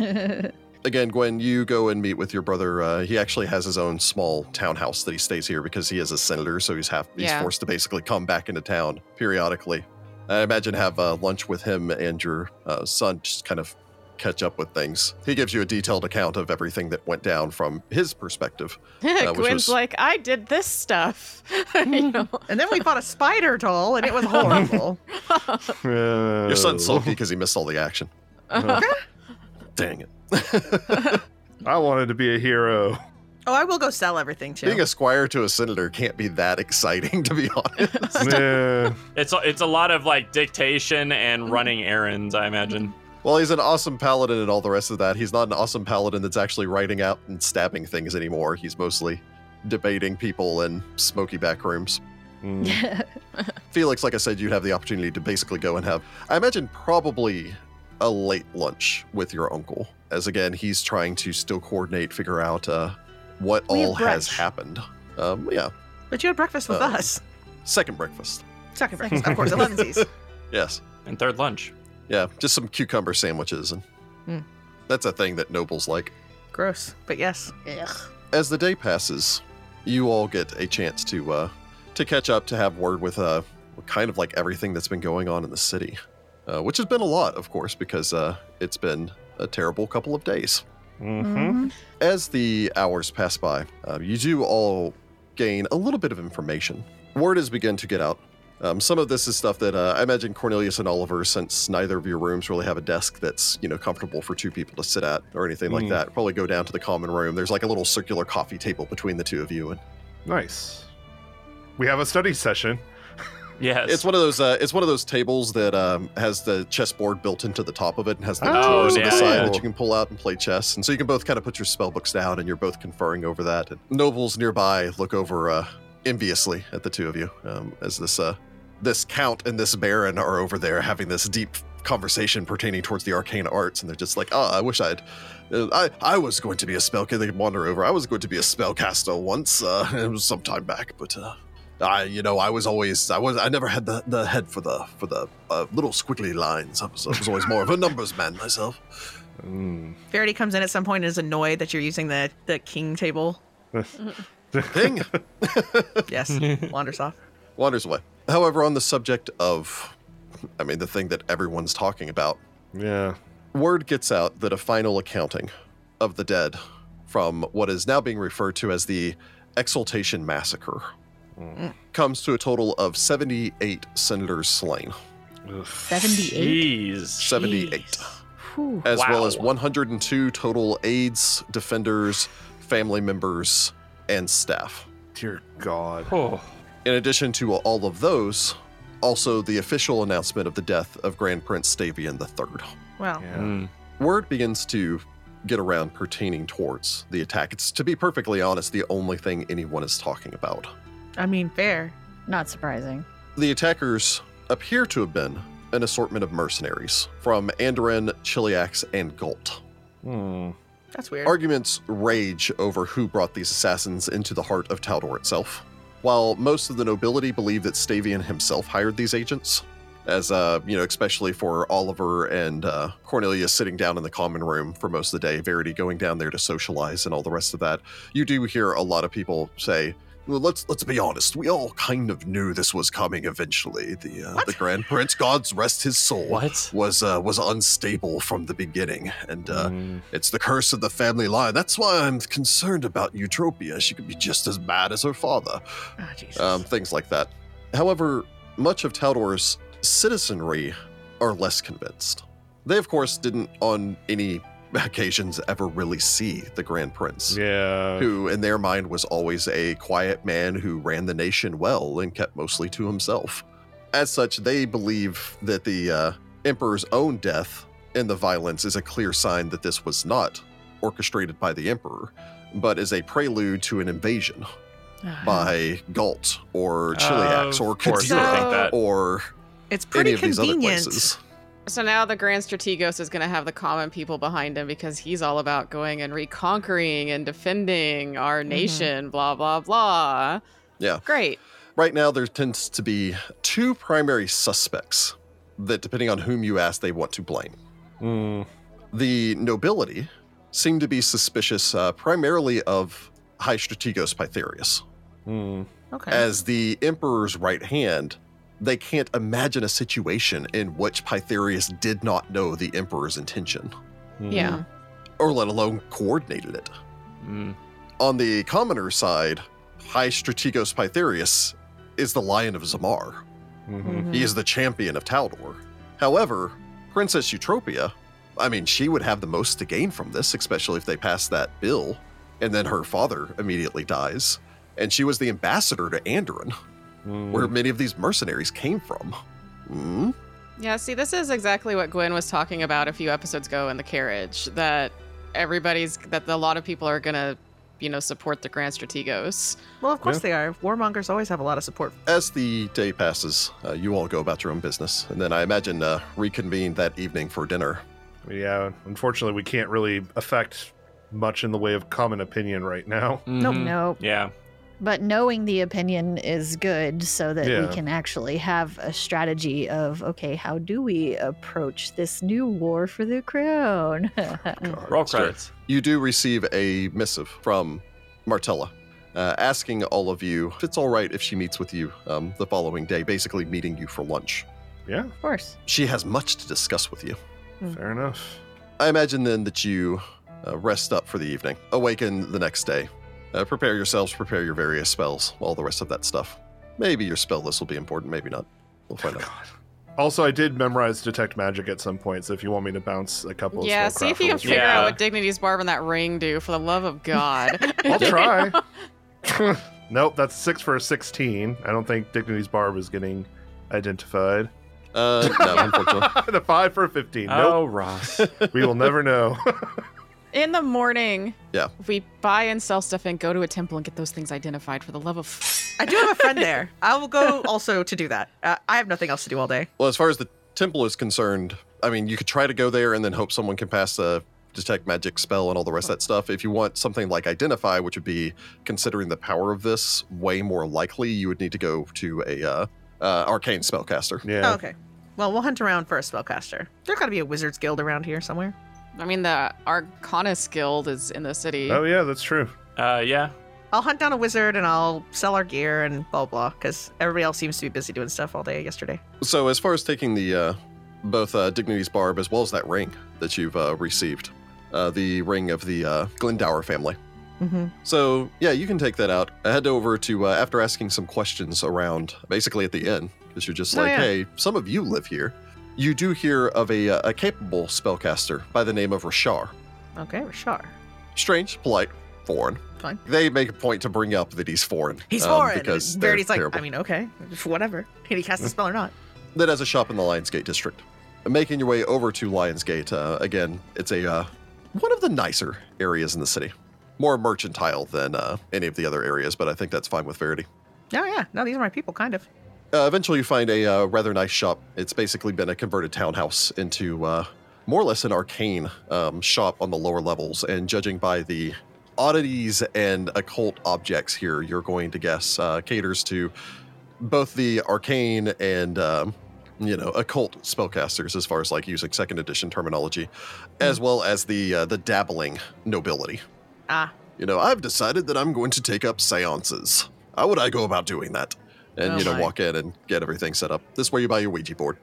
oh,
again, Gwen, you go and meet with your brother. Uh, he actually has his own small townhouse that he stays here because he is a senator, so he's half he's
Yeah.
forced to basically come back into town periodically. I imagine have uh, lunch with him and your uh, son, just kind of catch up with things. He gives you a detailed account of everything that went down from his perspective. which
Gwen's
was-
like, I did this stuff. you know,
and then we bought a spider doll, and it was horrible.
Your son's
Oh.
sulky because he missed all the action. Uh-huh. Dang it.
I wanted to be a hero.
oh, I will go sell everything too.
Being a squire to a senator can't be that exciting, to be honest.
yeah.
It's a, it's a lot of like dictation and running errands, I imagine.
Well, he's an awesome paladin and all the rest of that. He's not an awesome paladin that's actually writing out and stabbing things anymore. He's mostly debating people in smoky back rooms.
Mm.
Felix, like I said, you'd have the opportunity to basically go and have, I imagine, probably a late lunch with your uncle. As again, he's trying to still coordinate, figure out uh, what
We have
all has
brunch.
happened. Um, yeah,
but you had breakfast with
Oh.
us.
second breakfast.
Second breakfast, of course, elevensies.
Yes.
And third lunch.
Yeah, just some cucumber sandwiches. and
Hmm.
That's a thing that nobles like.
Gross, but yes.
as the day passes, you all get a chance to uh, to catch up, to have word with uh, kind of like everything that's been going on in the city, uh, which has been a lot, of course, because uh, it's been a terrible couple of days.
Mm-hmm.
hmm
Mm-hmm.
As the hours pass by, um, you do all gain a little bit of information. Word has begun to get out. Um, some of this is stuff that uh, I imagine Cornelius and Oliver, since neither of your rooms really have a desk that's you know comfortable for two people to sit at or anything like
Mm.
that, probably go down to the common room. There's like a little circular coffee table between the two of you, and
Nice. We have a study session.
Yes.
it's one of those uh, it's one of those tables that um, has the chessboard built into the top of it and has the
Oh,
drawers on
yeah,
the side
yeah.
that you can pull out and play chess. And so you can both kind of put your spell books down and you're both conferring over that. And nobles nearby look over uh, enviously at the two of you um, as this uh, this count and this baron are over there having this deep conversation pertaining towards the arcane arts, and they're just like, "Ah, I wish I'd, uh, I I was going to be a spell." They wander over. I was going to be a spellcaster once, uh, it was some time back, but uh, I, you know, I was always, I was, I never had the, the head for the for the uh, little squiggly lines. I was, I was always more of a numbers man myself.
Mm.
Verity comes in at some point and is annoyed that you're using the, the king table.
Ping.
Yes, wanders off.
wanders away. However, on the subject of, I mean, the thing that everyone's talking about,
Yeah.
word gets out that a final accounting of the dead from what is now being referred to as the Exaltation Massacre
Mm.
comes to a total of 78 senators slain,
Ugh.
78.
Jeez.
78.
Whew.
as well as
Wow.
102 total aides, defenders, family members, and staff.
Dear God.
Oh,
In addition to all of those, also the official announcement of the death of Grand Prince Stavian III.
Well,
Yeah.
mm.
word begins to get around pertaining towards the attack. It's, to be perfectly honest, the only thing anyone is talking about.
I mean, fair.
Not surprising.
The attackers appear to have been an assortment of mercenaries from Andoran, Chiliax, and Gult.
Mm.
That's weird.
Arguments rage over who brought these assassins into the heart of Taldor itself. While most of the nobility believe that Stavian himself hired these agents, as uh, you know, especially for Oliver and uh, Cornelia sitting down in the common room for most of the day, Verity going down there to socialize and all the rest of that, you do hear a lot of people say, "Well, let's let's be honest, we all kind of knew this was coming eventually. The uh,
What?
the Grand Prince, God's rest his soul,
What?
was uh, was unstable from the beginning, and." Uh,
Mm.
it's the curse of the family line. That's why I'm concerned about Eutropia. She could be just as bad as her father.
Ah, Jesus.
Um, things like that. However, much of Taldor's citizenry are less convinced. They, of course, didn't on any occasions ever really see the Grand Prince,
Uh,
Yeah.
who in their mind was always a quiet man who ran the nation well and kept mostly to himself. As such, they believe that the uh, Emperor's own death and the violence is a clear sign that this was not orchestrated by the Emperor, but is a prelude to an invasion
Uh-huh.
by Galt or Chiliax
Uh,
or
of course, I
Kadira
think that.
or
it's
any
pretty
of these other
convenient.
places.
So now the Grand Strategos is going to have the common people behind him because he's all about going and reconquering and defending our nation, blah, blah, blah.
Yeah.
Great.
Right now, there tends to be two primary suspects that, depending on whom you ask, they want to blame.
Mm.
the nobility seem to be suspicious uh, primarily of High Strategos Pytherius.
Mm.
Okay.
As the Emperor's right hand, they can't imagine a situation in which Pytherius did not know the Emperor's intention,
Mm.
Yeah.
or let alone coordinated it.
Mm.
On the commoner side, High Strategos Pytherius is the Lion of Zamar.
Mhm.
Mm.
He is the champion of Taldor. However, Princess Eutropia, I mean, she would have the most to gain from this, especially if they pass that bill. And then her father immediately dies. And she was the ambassador to Andoran,
Mm.
where many of these mercenaries came from. Hmm?
Yeah, see, this is exactly what Gwen was talking about a few episodes ago in the carriage that everybody's, that a lot of people are going to, you know, support the Grand Strategos.
well, of course
Yeah.
they are. Warmongers always have a lot of support.
As the day passes, uh, you all go about your own business. And then I imagine uh, reconvene that evening for dinner.
Yeah, unfortunately, we can't really affect much in the way of common opinion right now.
Mhm.
Nope.
Yeah.
But knowing the opinion is good so that
Yeah.
we can actually have a strategy of okay, how do we approach this new war for the crown?
Roll
Sure.
credits.
you do receive a missive from Martella uh, asking all of you if it's all right if she meets with you um, the following day, basically meeting you for lunch.
Yeah,
of course.
She has much to discuss with you.
fair enough.
I imagine then that you uh, rest up for the evening, awaken the next day, uh, prepare yourselves, prepare your various spells, all the rest of that stuff. Maybe your spell list will be important, maybe not. We'll find out.
Also, I did memorize detect magic at some point, so if you want me to bounce a couple, of
yeah, see if you can
spellcraft
figure
rules.
Yeah.
out what Dignity's Barb and that ring do, for the love of God.
I'll try. nope, that's six for a sixteen. I don't think Dignity's barb is getting identified.
Uh, no, unfortunately.
the five for a fifteen. Nope,
Oh, Ross.
we will never know.
In the morning,
Yeah.
we buy and sell stuff and go to a temple and get those things identified for the love of
I do have a friend there. I will go also to do that. Uh, I have nothing else to do all day.
Well, as far as the temple is concerned, I mean, you could try to go there and then hope someone can pass a detect magic spell and all the rest of that stuff. If you want something like identify, which would be considering the power of this way more likely, you would need to go to a uh, uh, arcane spellcaster.
Yeah.
Oh, okay. Well, we'll hunt around for a spellcaster. There's got to be a wizard's guild around here somewhere.
I mean, the Arcanist Guild is in the city.
Oh yeah, that's true.
Uh, yeah.
I'll hunt down a wizard and I'll sell our gear and blah blah. Because everybody else seems to be busy doing stuff all day yesterday.
So, as far as taking the uh, both uh, Dignity's barb as well as that ring that you've uh, received, uh, the ring of the uh, Glendower family.
Mm-hmm.
So, yeah, you can take that out. I head over to, uh, after asking some questions around basically at the end, because you're just
Oh,
like,
yeah.
hey, some of you live here. You do hear of a, uh, a capable spellcaster by the name of Rashar.
Okay, Rashar.
Strange, polite, foreign.
Fine.
They make a point to bring up that he's foreign.
He's
um,
foreign.
Because
and
they're
Verity's like,
terrible.
I mean, okay, whatever. Can he cast the spell or not?
that has a shop in the Lionsgate district. Making your way over to Lionsgate, uh, again, it's a uh, one of the nicer areas in the city. More mercantile than uh, any of the other areas, but I think that's fine with Verity.
Oh yeah, no, these are my people, kind of.
Uh, eventually, you find a uh, rather nice shop. It's basically been a converted townhouse into uh, more or less an arcane um, shop on the lower levels. And judging by the oddities and occult objects here, you're going to guess uh, caters to both the arcane and um, you know occult spellcasters, as far as like using second edition terminology, as well as the uh, the dabbling nobility.
Ah,
You know, I've decided that I'm going to take up seances. How would I go about doing that? And
Oh
you know,
my.
walk in and get everything set up. This way, you buy your Ouija board.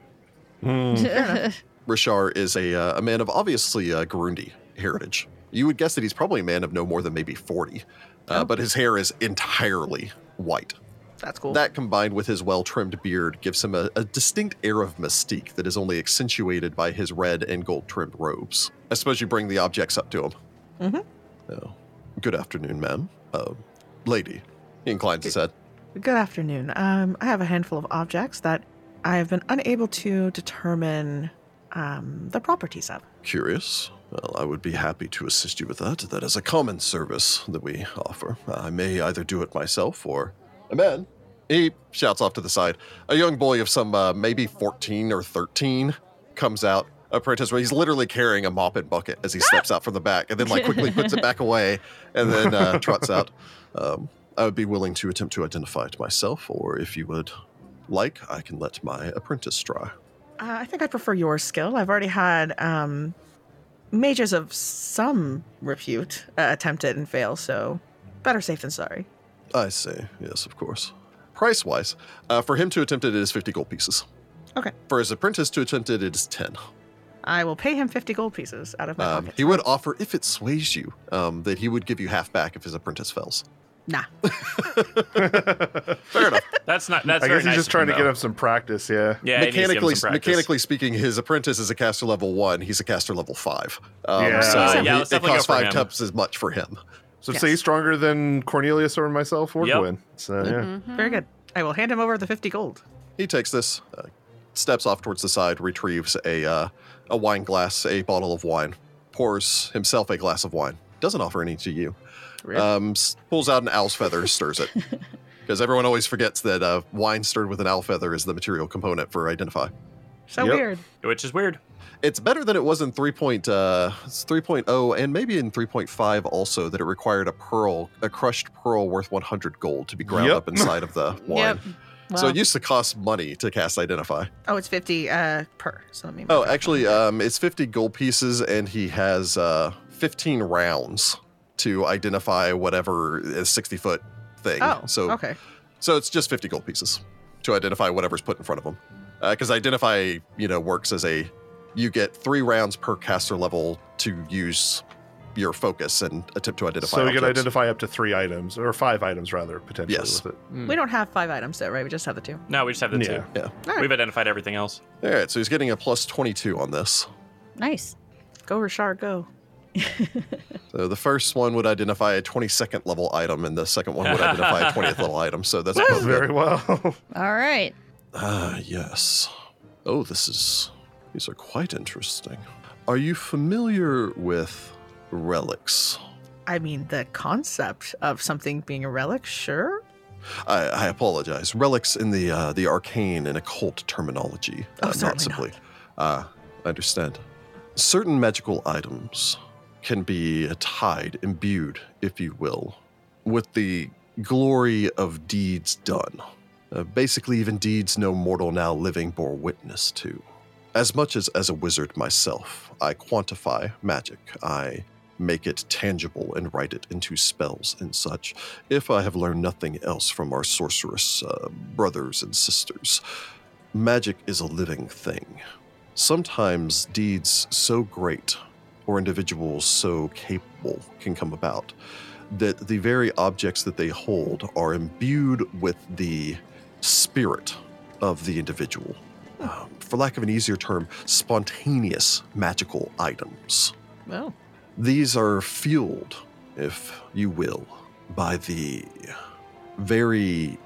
Hmm.
Fair
Rashar is a, uh, a man of obviously uh, Gurundi heritage. You would guess that he's probably a man of no more than maybe 40, uh,
Oh.
but his hair is entirely white.
that's cool.
That combined with his well trimmed beard gives him a, a distinct air of mystique that is only accentuated by his red and gold trimmed robes. I suppose you bring the objects up to him.
Mhm.
Oh. Good afternoon, ma'am. Uh, lady. He inclines his head.
Good afternoon. Um, I have a handful of objects that I have been unable to determine um, the properties of.
Curious? Well, I would be happy to assist you with that. That is a common service that we offer. I may either do it myself or. A man? He shouts off to the side. A young boy of some uh, maybe 14 or 13 comes out, apprentice, where he's literally carrying a mop and bucket as he steps out from the back and then, like, quickly puts it back away and then uh, trots out. Um, I would be willing to attempt to identify it myself, or if you would like, I can let my apprentice try.
Uh, I think I prefer your skill. I've already had um, mages of some repute uh, attempt it and fail, so better safe than sorry.
I see. Yes, of course. Price wise, uh, for him to attempt it, it is 50 gold pieces.
Okay.
For his apprentice to attempt it, it is 10.
I will pay him 50 gold pieces out of my
Um,
pocket.
he would offer, if it sways you, um, that he would give you half back if his apprentice fails.
Nah.
Fair enough.
That's not. That's.
I
very
guess he's
nice of
just
him,
trying to
though.
get him some practice. Yeah.
Yeah, he needs to give him
mechanically,
some practice.
mechanically speaking, his apprentice is a caster level one. He's a caster level five. Um,
Yeah.
So
Uh,
yeah,
he-
let's
it
definitely go
costs
for
five
him.
times as much for him.
So
Yes.
say he's stronger than Cornelius or myself or
Yep.
Gwen. So yeah.
Mm-hmm.
Very good. I will hand him over the 50 gold.
He takes this, uh, steps off towards the side, retrieves a uh, a wine glass, a bottle of wine, pours himself a glass of wine. Doesn't offer any to you.
Really?
Um, s- pulls out an owl's feather, stirs it, because everyone always forgets that uh, wine stirred with an owl feather is the material component for identify.
So
Yep.
weird.
Which is weird.
It's better than it was in 3. Point, uh, it's 3.0 and maybe in 3.5 also that it required a pearl, a crushed pearl worth 100 gold to be ground
Yep.
up inside of the wine.
Yep.
So
Wow.
it used to cost money to cast identify.
Oh, it's 50 uh, per. So let me.
Oh, actually, um, it's 50 gold pieces, and he has uh, 15 rounds to identify whatever is 60 foot thing.
Oh,
so,
okay.
so it's just 50 gold pieces to identify whatever's put in front of him. Because identify, you know, works as a you get three rounds per caster level to use your focus and attempt to identify.
So we can
objects.
identify up to three items or five items rather potentially
Yes.
with it.
We don't have five items though, right? We just have the two.
No, we just have the
Yeah.
two. We've identified everything else.
All right, so he's getting a plus 22 on this.
nice.
Go, Rashard, go.
So the first one would identify a 22nd level item, and the second one would identify a 20th level item. So that's both good.
Very well.
All right.
Ah, yes. Oh, this is. These are quite interesting. Are you familiar with relics?
I mean, the concept of something being a relic, sure.
I, I apologize. Relics in the uh, the arcane and occult terminology,
Oh,
uh,
certainly
not simply. Uh, I understand. Certain magical items can be tied, imbued, if you will, with the glory of deeds done. Uh, basically, even deeds no mortal now living bore witness to. As much as as a wizard myself, I quantify magic. I make it tangible and write it into spells and such. If I have learned nothing else from our sorceress uh, brothers and sisters, magic is a living thing. Sometimes deeds so great or individuals so capable can come about that the very objects that they hold are imbued with the spirit of the individual. Um, for lack of an easier term, spontaneous magical items.
Oh,
These are fueled, if you will, by the very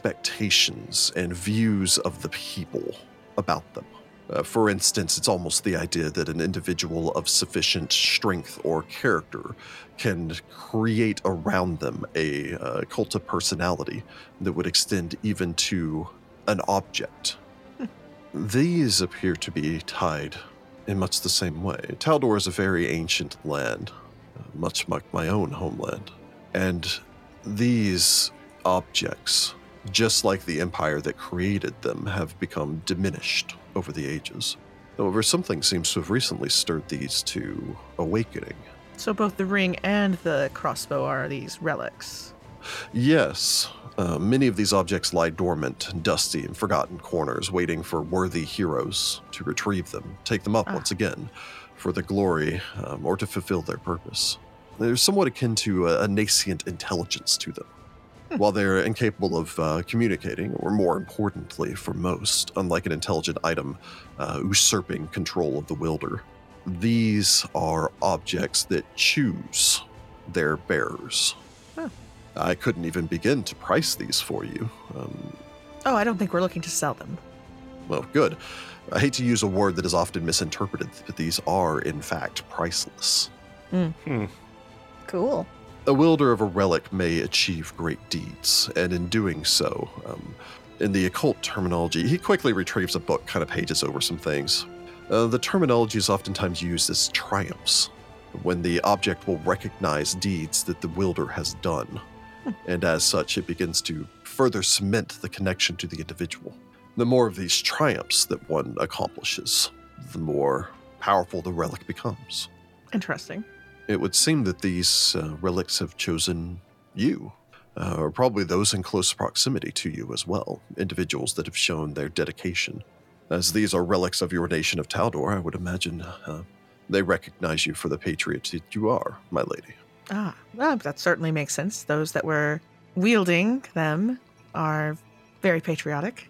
expectations and views of the people about them. Uh, for instance, it's almost the idea that an individual of sufficient strength or character can create around them a uh, cult of personality that would extend even to an object. These appear to be tied in much the same way. Taldor is a very ancient land, uh, much like my own homeland. And these objects, just like the empire that created them, have become diminished over the ages. However, something seems to have recently stirred these to awakening.
So both the ring and the crossbow are these relics.
Yes, uh, many of these objects lie dormant, dusty, and forgotten corners, waiting for worthy heroes to retrieve them, take them up
Ah.
once again for the glory, um, or to fulfill their purpose. They're somewhat akin to a, a nascent intelligence to them. While they're incapable of uh, communicating, or more importantly for most, unlike an intelligent item uh, usurping control of the wielder, these are objects that choose their bearers. I couldn't even begin to price these for you. Um,
Oh, I don't think we're looking to sell them.
well, good. I hate to use a word that is often misinterpreted, but these are, in fact, priceless.
Cool.
A wielder of a relic may achieve great deeds, and in doing so, um, in the occult terminology, he quickly retrieves a book, kind of pages over some things. Uh, the terminology is oftentimes used as triumphs, when the object will recognize deeds that the wielder has done, and as such, it begins to further cement the connection to the individual. The more of these triumphs that one accomplishes, the more powerful the relic becomes.
Interesting.
It would seem that these uh, relics have chosen you, uh, or probably those in close proximity to you as well, individuals that have shown their dedication. As these are relics of your nation of Taldor, I would imagine uh, they recognize you for the patriot that you are, my lady.
Ah, well, that certainly makes sense. Those that were wielding them are very patriotic.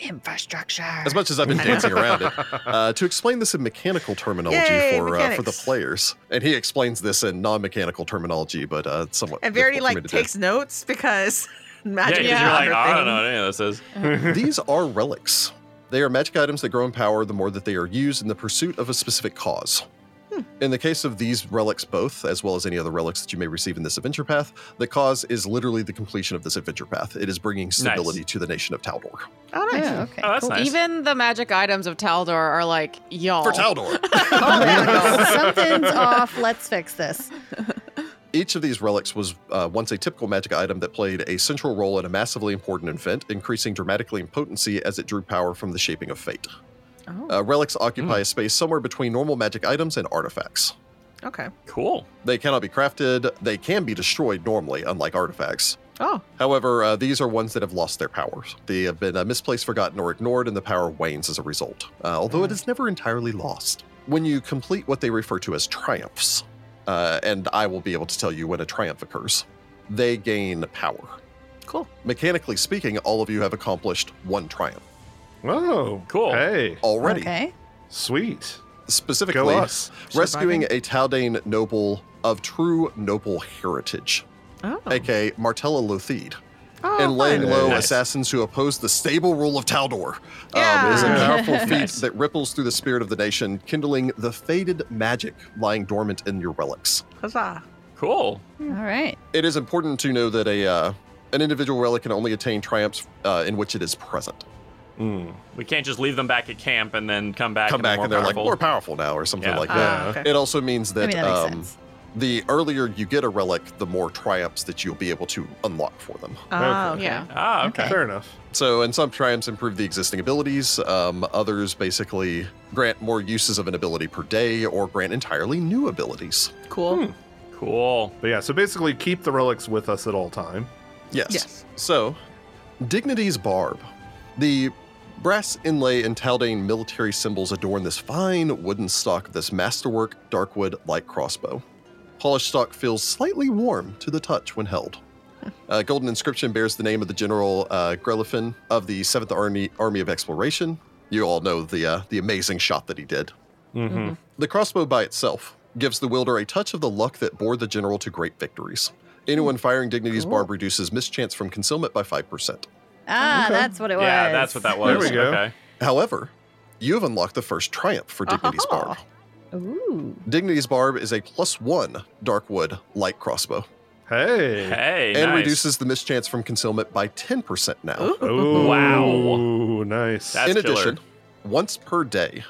Infrastructure.
As much as I've been dancing around it, uh, to explain this in mechanical terminology
Yay,
for uh, for the
mechanics.
players, and he explains this in non-mechanical terminology, but uh, it's somewhat.
And Verity
difficult for me
like
to do.
takes notes because
Yeah,
magic
because
is
you're like, "Oh,
another
I don't
thing.
know what any of this is.
These are relics. They are magic items that grow in power the more that they are used in the pursuit of a specific cause. In the case of these relics, both, as well as any other relics that you may receive in this adventure path, the cause is literally the completion of this adventure path. It is bringing stability to the nation of Taldor.
Oh, nice.
Oh, okay.
Oh, that's nice.
even the magic items of Taldor are like y'all.
For Taldor!
Oh, yeah, Something's off. Let's fix this.
Each of these relics was uh, once a typical magic item that played a central role in a massively important event, increasing dramatically in potency as it drew power from the shaping of fate.
Oh.
Uh, relics occupy a space somewhere between normal magic items and artifacts.
Oh, Okay.
Cool.
They cannot be crafted. They can be destroyed normally, unlike artifacts.
Oh,
However, uh, these are ones that have lost their powers. They have been uh, misplaced, forgotten, or ignored, and the power wanes as a result, uh, although it is never entirely lost. When you complete what they refer to as triumphs, uh, and I will be able to tell you when a triumph occurs, they gain power.
cool.
Mechanically speaking, all of you have accomplished one triumph
Oh,
Cool.
Hey,
already.
Okay.
sweet. Go
Specifically,
us.
rescuing a Taldane noble of true noble heritage,
Oh,
aka Martella Lothid.
oh
and laying
fun.
low
Nice.
assassins who oppose the stable rule of Taldor um,
Yeah.
is a powerful feat
Nice.
that ripples through the spirit of the nation, kindling the faded magic lying dormant in your relics.
huzzah!
Cool.
All right.
It is important to know that a uh, An individual relic can only attain triumphs uh, in which it is present.
Mm.
We can't just leave them back at camp and then come back.
Come
and
back
more
and they're
powerful.
like more powerful now or something
Yeah.
like that.
Ah,
Yeah.
okay.
It also means that,
I mean, that makes
um,
sense.
the earlier you get a relic, the more triumphs that you'll be able to unlock for them.
Ah,
Okay.
okay.
Yeah.
Ah, okay.
Fair enough.
So, and some triumphs improve the existing abilities. Um, others basically grant more uses of an ability per day or grant entirely new abilities.
Cool.
Hmm.
Cool.
But yeah, so basically keep the relics with us at all time.
Yes.
Yes.
So, Dignity's Barb. The brass inlay and Taldane military symbols adorn this fine wooden stock of this masterwork Darkwood light crossbow. Polished stock feels slightly warm to the touch when held. A golden inscription bears the name of the General uh, Grelifin of the 7th Army, Army of Exploration. You all know the, uh, the amazing shot that he did.
Mm-hmm.
The crossbow by itself gives the wielder a touch of the luck that bore the general to great victories. Anyone firing Dignity's Barb reduces mischance from concealment by 5%.
Ah,
okay.
that's what it was.
Yeah, that's what that was.
There we go.
Okay.
However, you have unlocked the first triumph for Dignity's Barb.
Ooh.
Dignity's Barb is a plus one Darkwood light crossbow
Hey.
Hey,
and
nice.
reduces the mischance from concealment by 10% now.
Oh,
Wow.
Nice.
That's
In addition,
killer.
once per day,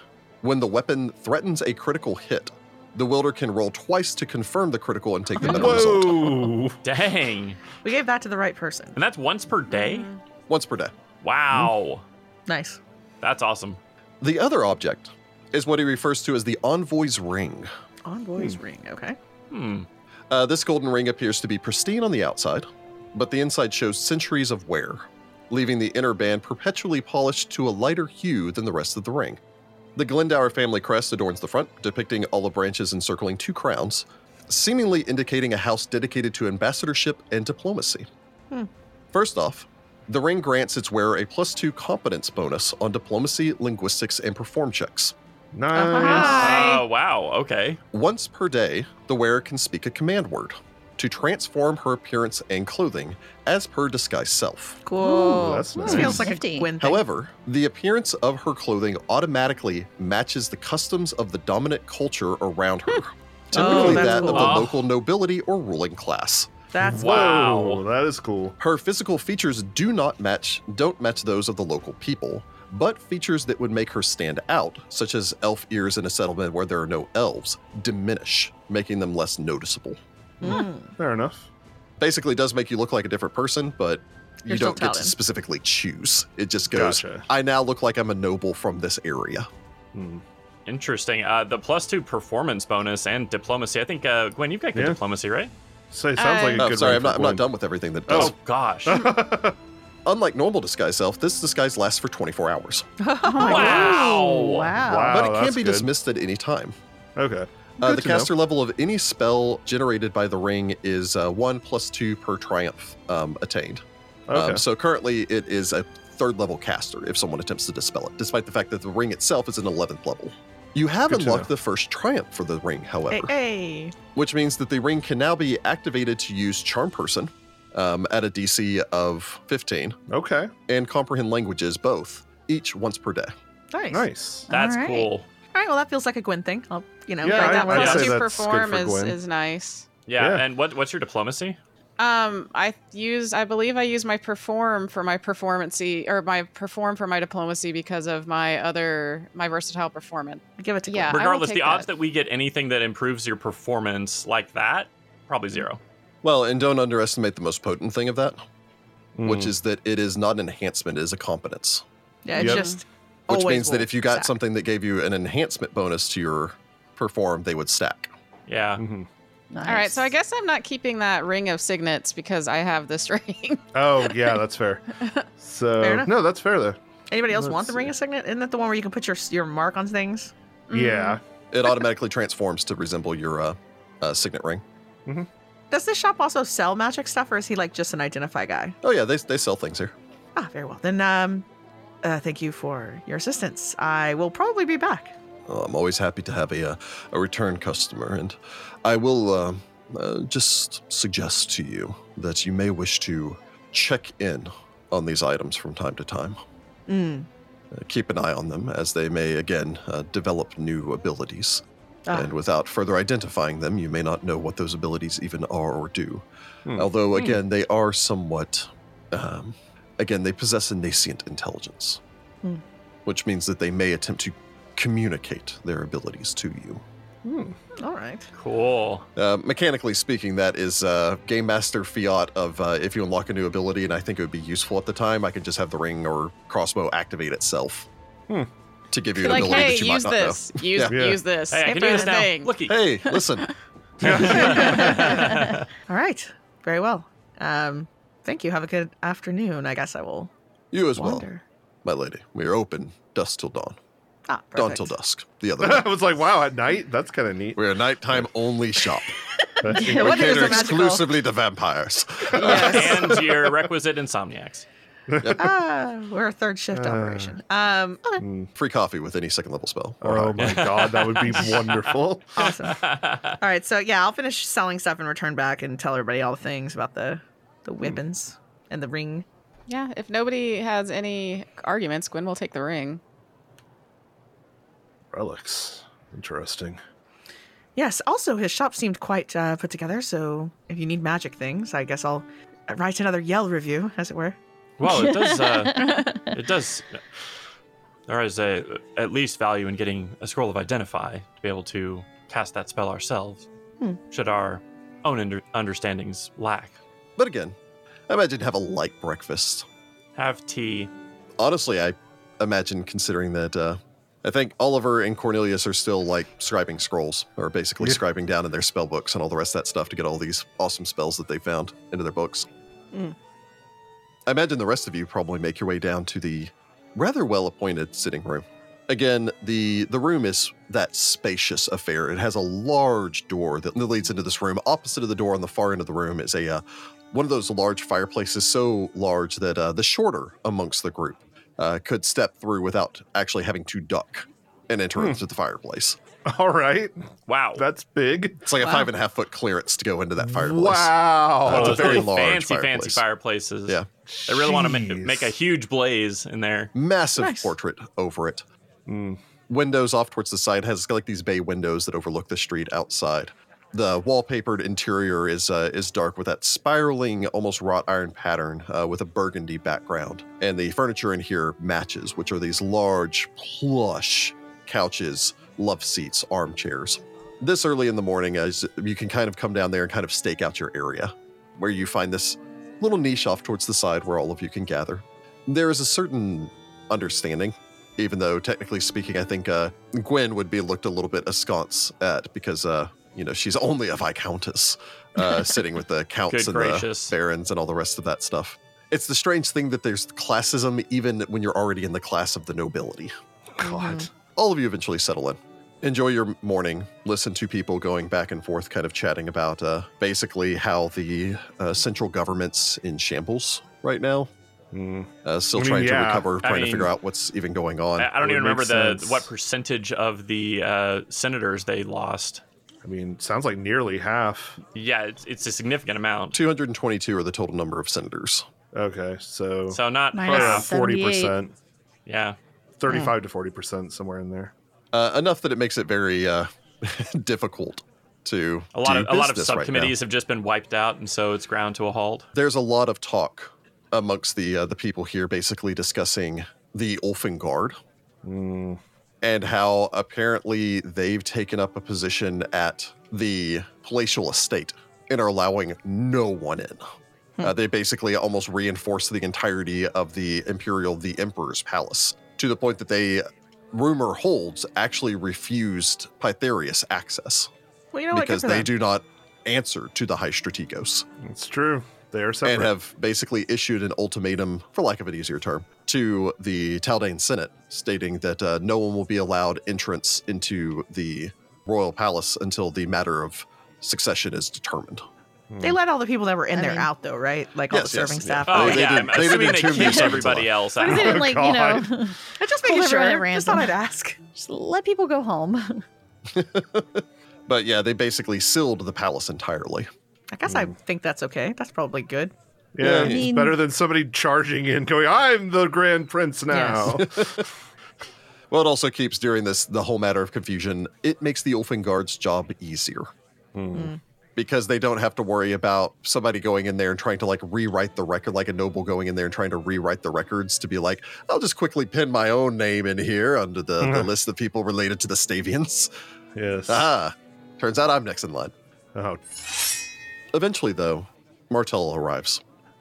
when the weapon threatens a critical hit, the wielder can roll twice to confirm the critical and take the better result.
Whoa.
Dang.
We gave that to the right person.
And that's once per day?
Once per day.
Wow.
Nice.
That's awesome.
The other object is what he refers to as the Envoy's Ring.
Envoy's ring. Okay.
Hmm.
Uh, this golden ring appears to be pristine on the outside, but the inside shows centuries of wear, leaving the inner band perpetually polished to a lighter hue than the rest of the ring. The Glendower family crest adorns the front, depicting olive branches encircling two crowns, seemingly indicating a house dedicated to ambassadorship and diplomacy.
Hmm.
First off, the ring grants its wearer a plus two competence bonus on diplomacy, linguistics, and perform checks.
Nice.
Oh, wow. Okay.
Once per day, the wearer can speak a command word to transform her appearance and clothing as per disguised self.
Cool.
Ooh, that's
This
nice.
feels like
Nifty.
a Gwen thing.
However, the appearance of her clothing automatically matches the customs of the dominant culture around her, typically
Hmm. that's
that
cool.
of the
Oh.
local nobility or ruling class.
That's
Wow.
Whoa, that is cool.
Her physical features do not match don't match those of the local people, but features that would make her stand out, such as elf ears in a settlement where there are no elves, diminish, making them less noticeable.
Mm.
Fair enough.
basically does make you look like a different person, but you
You're still
don't get to
Talon.
specifically choose. It just goes,
Gotcha.
I now look like I'm a noble from this area.
Hmm.
Interesting. Uh, the plus two performance bonus and diplomacy. I think, uh, Gwen, you've got good
Yeah.
diplomacy, right?
So it sounds like a
Oh,
good
sorry,
one Oh.
I'm not, I'm
for
not done with everything that it does.
Oh, gosh.
Gwen.
Unlike normal disguise self, this disguise lasts for 24 hours,
Oh
Wow.
my God. Wow.
Wow.
but it can
Oh, that's
be
good.
dismissed at any time.
okay.
Uh,
Good
the
to know.
caster level of any spell generated by the ring is uh, 1 plus 2 per triumph um, attained.
Okay.
Um, so currently it is a third level caster if someone attempts to dispel it, despite the fact that the ring itself is an 11th level. You have
Good to
unlocked
know.
the first triumph for the ring, however.
Hey, hey.
which means that the ring can now be activated to use Charm Person um, at a DC of 15
okay.
and Comprehend Languages both, each once per day.
Nice.
Nice.
That's
All right.
cool.
All right. Well, that feels like a Gwen thing. I'll, you know,
Yeah,
write
I-
that one
I'd
down.
say
Plus you
that's good
perform
for
is,
Gwen.
is nice.
Yeah.
Yeah.
And what, what's your diplomacy?
Um, I use, I believe I use my perform for my performancy or my perform for my diplomacy because of my other, my versatile performance.
Give it to
Yeah. I will
Regardless,
take
the odds
that.
that we get anything that improves your performance like that, probably zero.
Well, and don't underestimate the most potent thing of that, which
Hmm.
is that it is not an enhancement, it is a competence.
Gwen. Yeah. It's
Yep.
just.
Which
always
means that
will
if you got
stack.
something that gave you an enhancement bonus to your perform, they would stack.
Yeah.
Mhm.
All right. So I guess I'm not keeping that ring of signets because I have this ring.
Oh, yeah, that's fair. So,
Fair enough.
no, that's fair though.
Anybody else
Let's
want the ring
see.
of signet? Isn't that the one where you can put your your mark on things?
Mm.
Yeah.
It automatically transforms to resemble your uh, uh, signet ring.
Does this shop also sell magic stuff, or is he like just an identify guy?
Oh, yeah, they, they sell things here.
Ah, very well. Then, um, uh, thank you for your assistance. I will probably be back.
Oh, I'm always happy to have a, uh, a return customer, and I will uh, uh, just suggest to you that you may wish to check in on these items from time to time.
Mm.
Uh, keep an eye on them as they may again uh, develop new abilities.
Ah.
And without further identifying them, you may not know what those abilities even are or do.
Hmm.
Although, again, they are somewhat. Um, again, they possess a nascent intelligence,
Hmm.
which means that they may attempt to communicate their abilities to you.
All right.
Cool.
Uh, mechanically speaking, that is uh, Game Master Fiat of uh, if you unlock a new ability and I think it would be useful at the time, I can just have the ring or crossbow activate itself
Hmm.
to give you an
Like,
ability
hey,
that you might
use
not
this. Use,
Yeah.
Yeah.
use this.
Hey, I can do
Hey,
this now.
thing.
Looky.
know. Hey, listen.
Yeah.
All right. Very well. Um, thank you. Have a good afternoon. I guess I will
You as well,
wander.
my lady. We are open dusk till dawn.
Ah,
Dawn till
perfect.
dusk. The other way.
I was like, wow, at night? That's kind of neat.
We're a nighttime only shop. we
Yeah, what is
cater
a magical?
exclusively to vampires.
Yes.
and your requisite insomniacs.
ah, we're a third shift
Uh.
operation. Um, okay.
Free coffee with any second level spell. or
Oh
higher.
my god, that would be wonderful.
Awesome. All right, so yeah, I'll finish selling stuff and return back and tell everybody all the things about the the weapons and the ring.
Yeah, if nobody has any arguments, Gwen will take the ring.
Relics. Interesting.
Yes. Also, his shop seemed quite uh, put together. So if you need magic things, I guess I'll write another Yell review, as it were.
Well, it does. Uh, it does. There is a, at least value in getting a scroll of identify to be able to cast that spell ourselves,
Hmm.
should our own under- understandings lack.
But again, I imagine have a light breakfast.
Have tea.
honestly, I imagine considering that uh, I think Oliver and Cornelius are still like scribing scrolls, or basically
Yeah.
scribing down in their spell books and all the rest of that stuff to get all these awesome spells that they found into their books.
Mm.
I imagine the rest of you probably make your way down to the rather well appointed sitting room. Again, the the room is that spacious affair. It has a large door that leads into this room. Opposite of the door on the far end of the room is a uh, one of those large fireplaces so large that uh, the shorter amongst the group uh, could step through without actually having to duck and enter into the fireplace.
All right.
Wow.
That's big.
It's like a five and a half foot clearance to go into that fireplace.
Wow.
That's a
Those
very
really
large
fancy, fancy
fireplace.
fireplaces.
Yeah.
They really want to
Jeez.
make, make a huge blaze in there.
Massive
Nice.
portrait over it.
Mm.
Windows off towards the side has like these bay windows that overlook the street outside. The wallpapered interior is uh, is dark with that spiraling, almost wrought iron pattern uh, with a burgundy background, and the furniture in here matches, which are these large plush couches, love seats, armchairs. This early in the morning, as you can kind of come down there and kind of stake out your area, where you find this little niche off towards the side where all of you can gather. There is a certain understanding even though technically speaking, I think uh, Gwen would be looked a little bit askance at because uh, you know she's only a viscountess, uh, sitting with the counts
Good
and
gracious.
the barons and all the rest of that stuff. It's the strange thing that there's classism even when you're already in the class of the nobility.
Mm-hmm.
God.
All of you eventually settle in. Enjoy your morning. Listen to people going back and forth, kind of chatting about uh, basically how the uh, central government's in shambles right now.
Mm.
Uh, still
I mean,
trying to
yeah.
recover,
I
trying to
mean-
figure out what's even going on.
I, I don't
Would
even
make
remember the
sense.
what percentage of the uh, senators they lost.
I mean, sounds like nearly half.
Yeah, it's, it's a significant amount.
222 are the total number of senators.
Okay, so
So not
Minus-
yeah,
half.
forty
78.
percent,
Yeah.
thirty-five to forty percent, somewhere in there.
Uh, enough that it makes it very uh, difficult to
A lot
do
of a lot of
business right now.
subcommittees have just been wiped out, and so it's ground to a halt.
There's a lot of talk amongst the uh, the people here, basically discussing the Ulfengard
Mm.
and how apparently they've taken up a position at the palatial estate and are allowing no one in. Uh, they basically almost reinforce the entirety of the imperial, the emperor's palace, to the point that they, rumor holds, actually refused Pytherius access
Well, you know
because
what? Good for
they
them.
do not answer to the High Strategos
It's true. They are separate.
and have basically issued an ultimatum, for lack of an easier term, to the Taldane Senate, stating that uh, no one will be allowed entrance into the royal palace until the matter of succession is determined.
They let all the people that were in
I
there
mean-
out though, right? Like all
Yes,
the
yes,
serving
yeah.
staff.
Oh
They- they
yeah,
did-
I'm
they did
assuming they
two
kicked
meetings
everybody else
Why does
out.
it like you
God.
know?
I just
Pulled
making sure.
everyone at
Just
random.
thought I'd ask.
Just let people go home.
But yeah, they basically sealed the palace entirely.
I guess I think that's okay. That's probably good.
yeah,
I
it's
mean-
better than somebody charging in, going, "I'm the Grand Prince now."
Well, it also keeps during this the whole matter of confusion. It makes the Ulfing Guard's job easier
Hmm.
because they don't have to worry about somebody going in there and trying to like rewrite the record, like a noble going in there and trying to rewrite the records to be like, I'll just quickly pin my own name in here under the, the list of people related to the Stavians.
Yes.
Ah, turns out I'm next in line.
Oh,
Eventually, though, Martella arrives,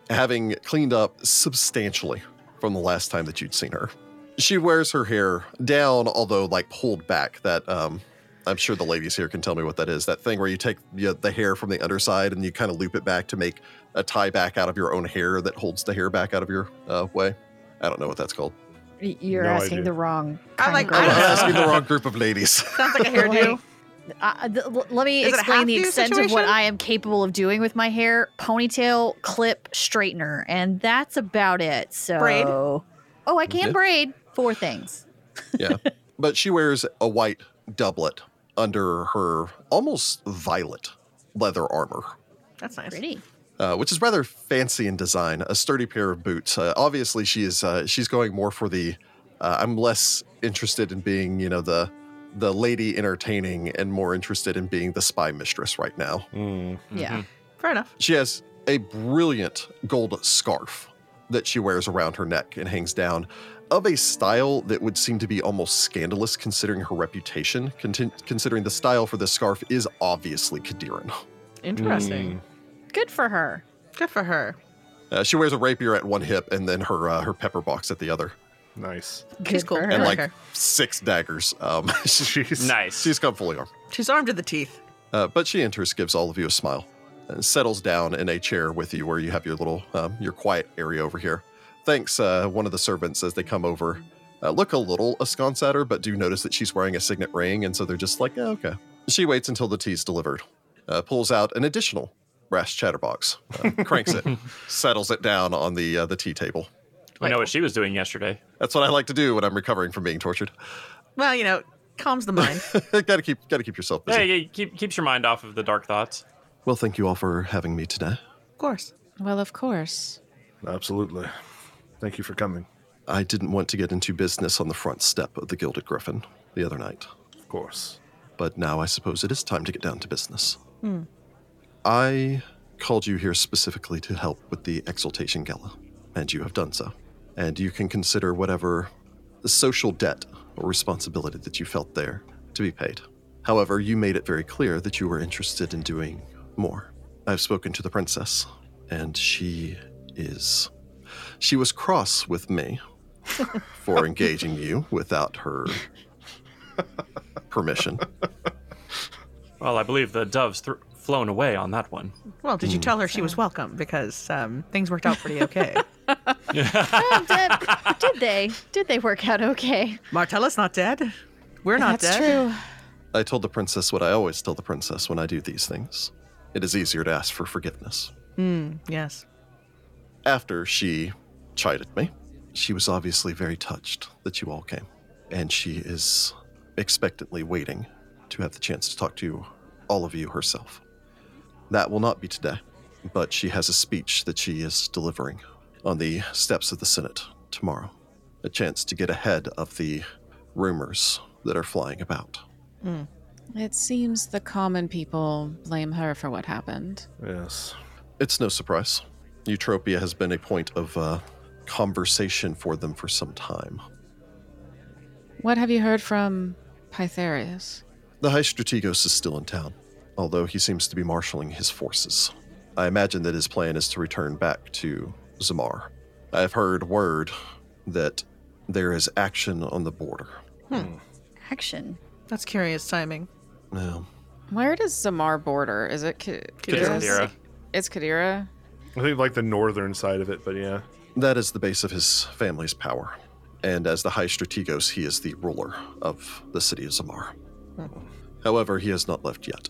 having cleaned up substantially from the last time that you'd seen her. She wears her hair down, although like pulled back. That um, I'm sure the ladies here can tell me what that is. That thing where you take you know, the hair from the underside and you kind of loop it back to make a tie back out of your own hair that holds the hair back out of your uh, way. I don't know what that's called.
Y- You're
No
asking
idea.
the wrong.
I'm
kind
like,
of
I'm
I
girl.
don't know.
asking the wrong group of ladies.
Sounds like a hairdo.
Uh, th- l- let me
Is it a
explain the
half-do
extent of what
situation?
I am capable of doing with my hair: ponytail, clip, straightener, and that's about it. So,
Braid?
oh, I can
Yeah.
braid four things.
yeah. But she wears a white doublet under her almost violet leather armor.
That's nice.
Pretty.
uh, which is rather fancy in design. A sturdy pair of boots. Uh, obviously, she is uh, she's going more for the. Uh, I'm less interested in being, you know, the the lady entertaining, and more interested in being the spy mistress right now.
Hmm.
Yeah.
Fair enough.
She has a brilliant gold scarf that she wears around her neck and hangs down, of a style that would seem to be almost scandalous considering her reputation. Contin- considering the style for this scarf is obviously Kadiran.
Interesting.
Good for her.
Good for her.
Uh, she wears a rapier at one hip and then her uh, her pepper box at the other.
nice.
She's
Good
cool.
for her.
and
I
like
like her.
six daggers. Um, she-
Jeez.
Nice.
she's come fully armed.
She's armed to the teeth.
Uh, but she enters, gives all of you a smile, and settles down in a chair with you where you have your little, um, your quiet area over here. Thanks, uh, one of the servants as they come over. Uh, look a little askance at her, but do notice that she's wearing a signet ring, and so they're just like, "Yeah, okay. She waits until the tea's delivered, uh, pulls out an additional brass chatterbox, uh, cranks it, settles it down on the uh, the tea table.
I know what she was doing yesterday.
That's what I like to do when I'm recovering from being tortured.
Well, you know, calms the mind.
gotta keep, gotta keep yourself busy.
Yeah, yeah, keep, keeps your mind off of the dark thoughts.
Well, thank you all for having me today.
of course.
Well, of course.
Absolutely. Thank you for coming.
I didn't want to get into business on the front step of the Gilded Griffin the other night,
Of course.
but now I suppose it is time to get down to business. I called you here specifically to help with the Exaltation Gala, and you have done so. And you can consider whatever social debt or responsibility that you felt there to be paid. However, you made it very clear that you were interested in doing more. I've spoken to the princess, and she is. She was cross with me for engaging you without her permission.
Well, I believe the dove's thr flown away on that one.
Well, did you tell her she was welcome? Because um, things worked out pretty okay.
Oh, did, did they? Did they work out okay?
Martella's not dead. We're not
That's
dead.
true.
I told the princess what I always tell the princess when I do these things it is easier to ask for forgiveness.
Yes.
After she chided me, she was obviously very touched that you all came, and she is expectantly waiting to have the chance to talk to all of you herself. That will not be today, but she has a speech that she is delivering on the steps of the Senate tomorrow, a chance to get ahead of the rumors that are flying about.
It seems the common people blame her for what happened.
Yes.
It's no surprise. Eutropia has been a point of uh, conversation for them for some time.
What have you heard from Pytherius?
The High Strategos is still in town, although he seems to be marshaling his forces. I imagine that his plan is to return back to Zamar. I've heard word that there is action on the border.
Action.
That's curious timing.
Now,
Where does Zamar border? Is it K-
Kadira.
Kadira's- It's Kadira.
I think like the northern side of it, but yeah.
that is the base of his family's power. And as the High Strategos, he is the ruler of the city of Zamar. However, he has not left yet.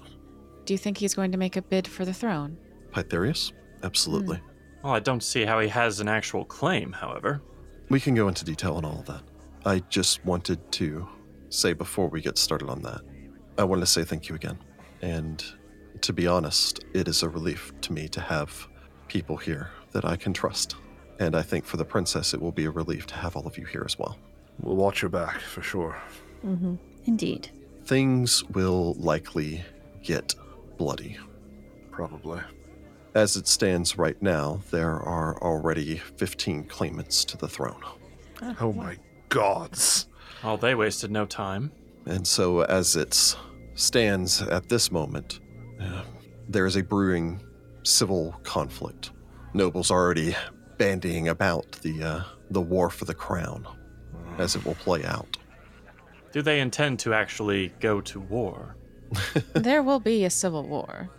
Do you think he's going to make a bid for the throne?
Pytherius? Absolutely.
Well, I don't see how he has an actual claim, however.
We can go into detail on all of that. I just wanted to say before we get started on that, I wanted to say thank you again. And to be honest, it is a relief to me to have people here that I can trust. And I think for the princess, it will be a relief to have all of you here as well.
We'll watch your back for sure.
Indeed.
Things will likely get bloody.
Probably.
As it stands right now, there are already 15 claimants to the throne.
Ah,
Oh my gods.
Oh, they wasted no time.
And so, as it stands at this moment, uh, there is a brewing civil conflict. Nobles already bandying about the uh, the war for the crown, as it will play out.
Do they intend to actually go to war?
there will be a civil war.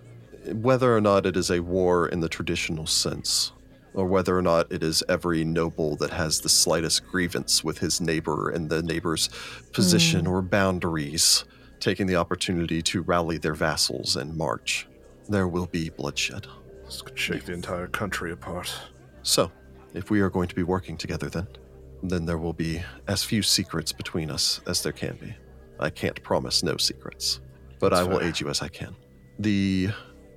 Whether or not it is a war in the traditional sense, or whether or not it is every noble that has the slightest grievance with his neighbor and the neighbor's position or boundaries, taking the opportunity to rally their vassals and march, there will be bloodshed.
This could shake the entire country apart.
So, if we are going to be working together, then, then there will be as few secrets between us as there can be. I can't promise no secrets, but I will
fair.
aid you as I can. The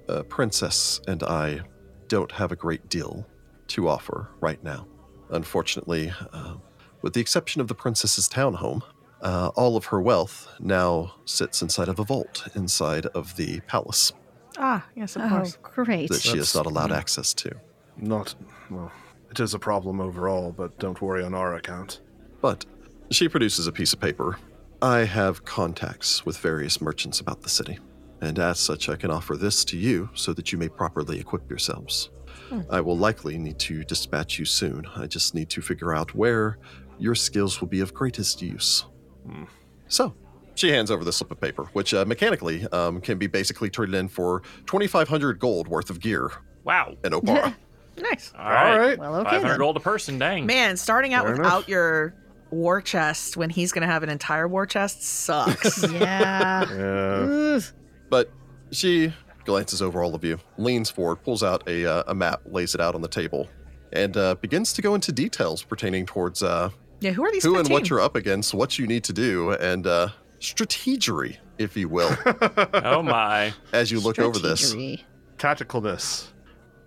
uh, princess and I don't have a great deal to offer right now. Unfortunately, uh, with the exception of the princess's townhome, uh, all of her wealth now sits inside of a vault inside of the palace
Ah, yes, of
Oh,
course.
great.
that she is
That's- mm.
not allowed access to.
Not, well, it is a problem overall, but don't worry on our account.
But she produces a piece of paper. I have contacts with various merchants about the city, and as such, I can offer this to you so that you may properly equip yourselves. I will likely need to dispatch you soon. I just need to figure out where your skills will be of greatest use. So, she hands over the slip of paper, which uh, mechanically um, can be basically traded in for 2,500 gold worth of gear
Wow.
in Opara.
Nice.
All right.
right.
Well, okay.
500
then.
gold a person, dang.
Man, starting out
Fair enough.
without your war chest when he's going to have an entire war chest sucks.
Yeah.
Yeah.
Oof.
But she glances over all of you, leans forward, pulls out a, uh, a map, lays it out on the table, and uh, begins to go into details pertaining towards uh,
yeah, who are these
who
15?
and what you're up against, what you need to do, and uh, strategery, if you will,
Oh my.
as you look over this.
Strategery.
Tacticalness.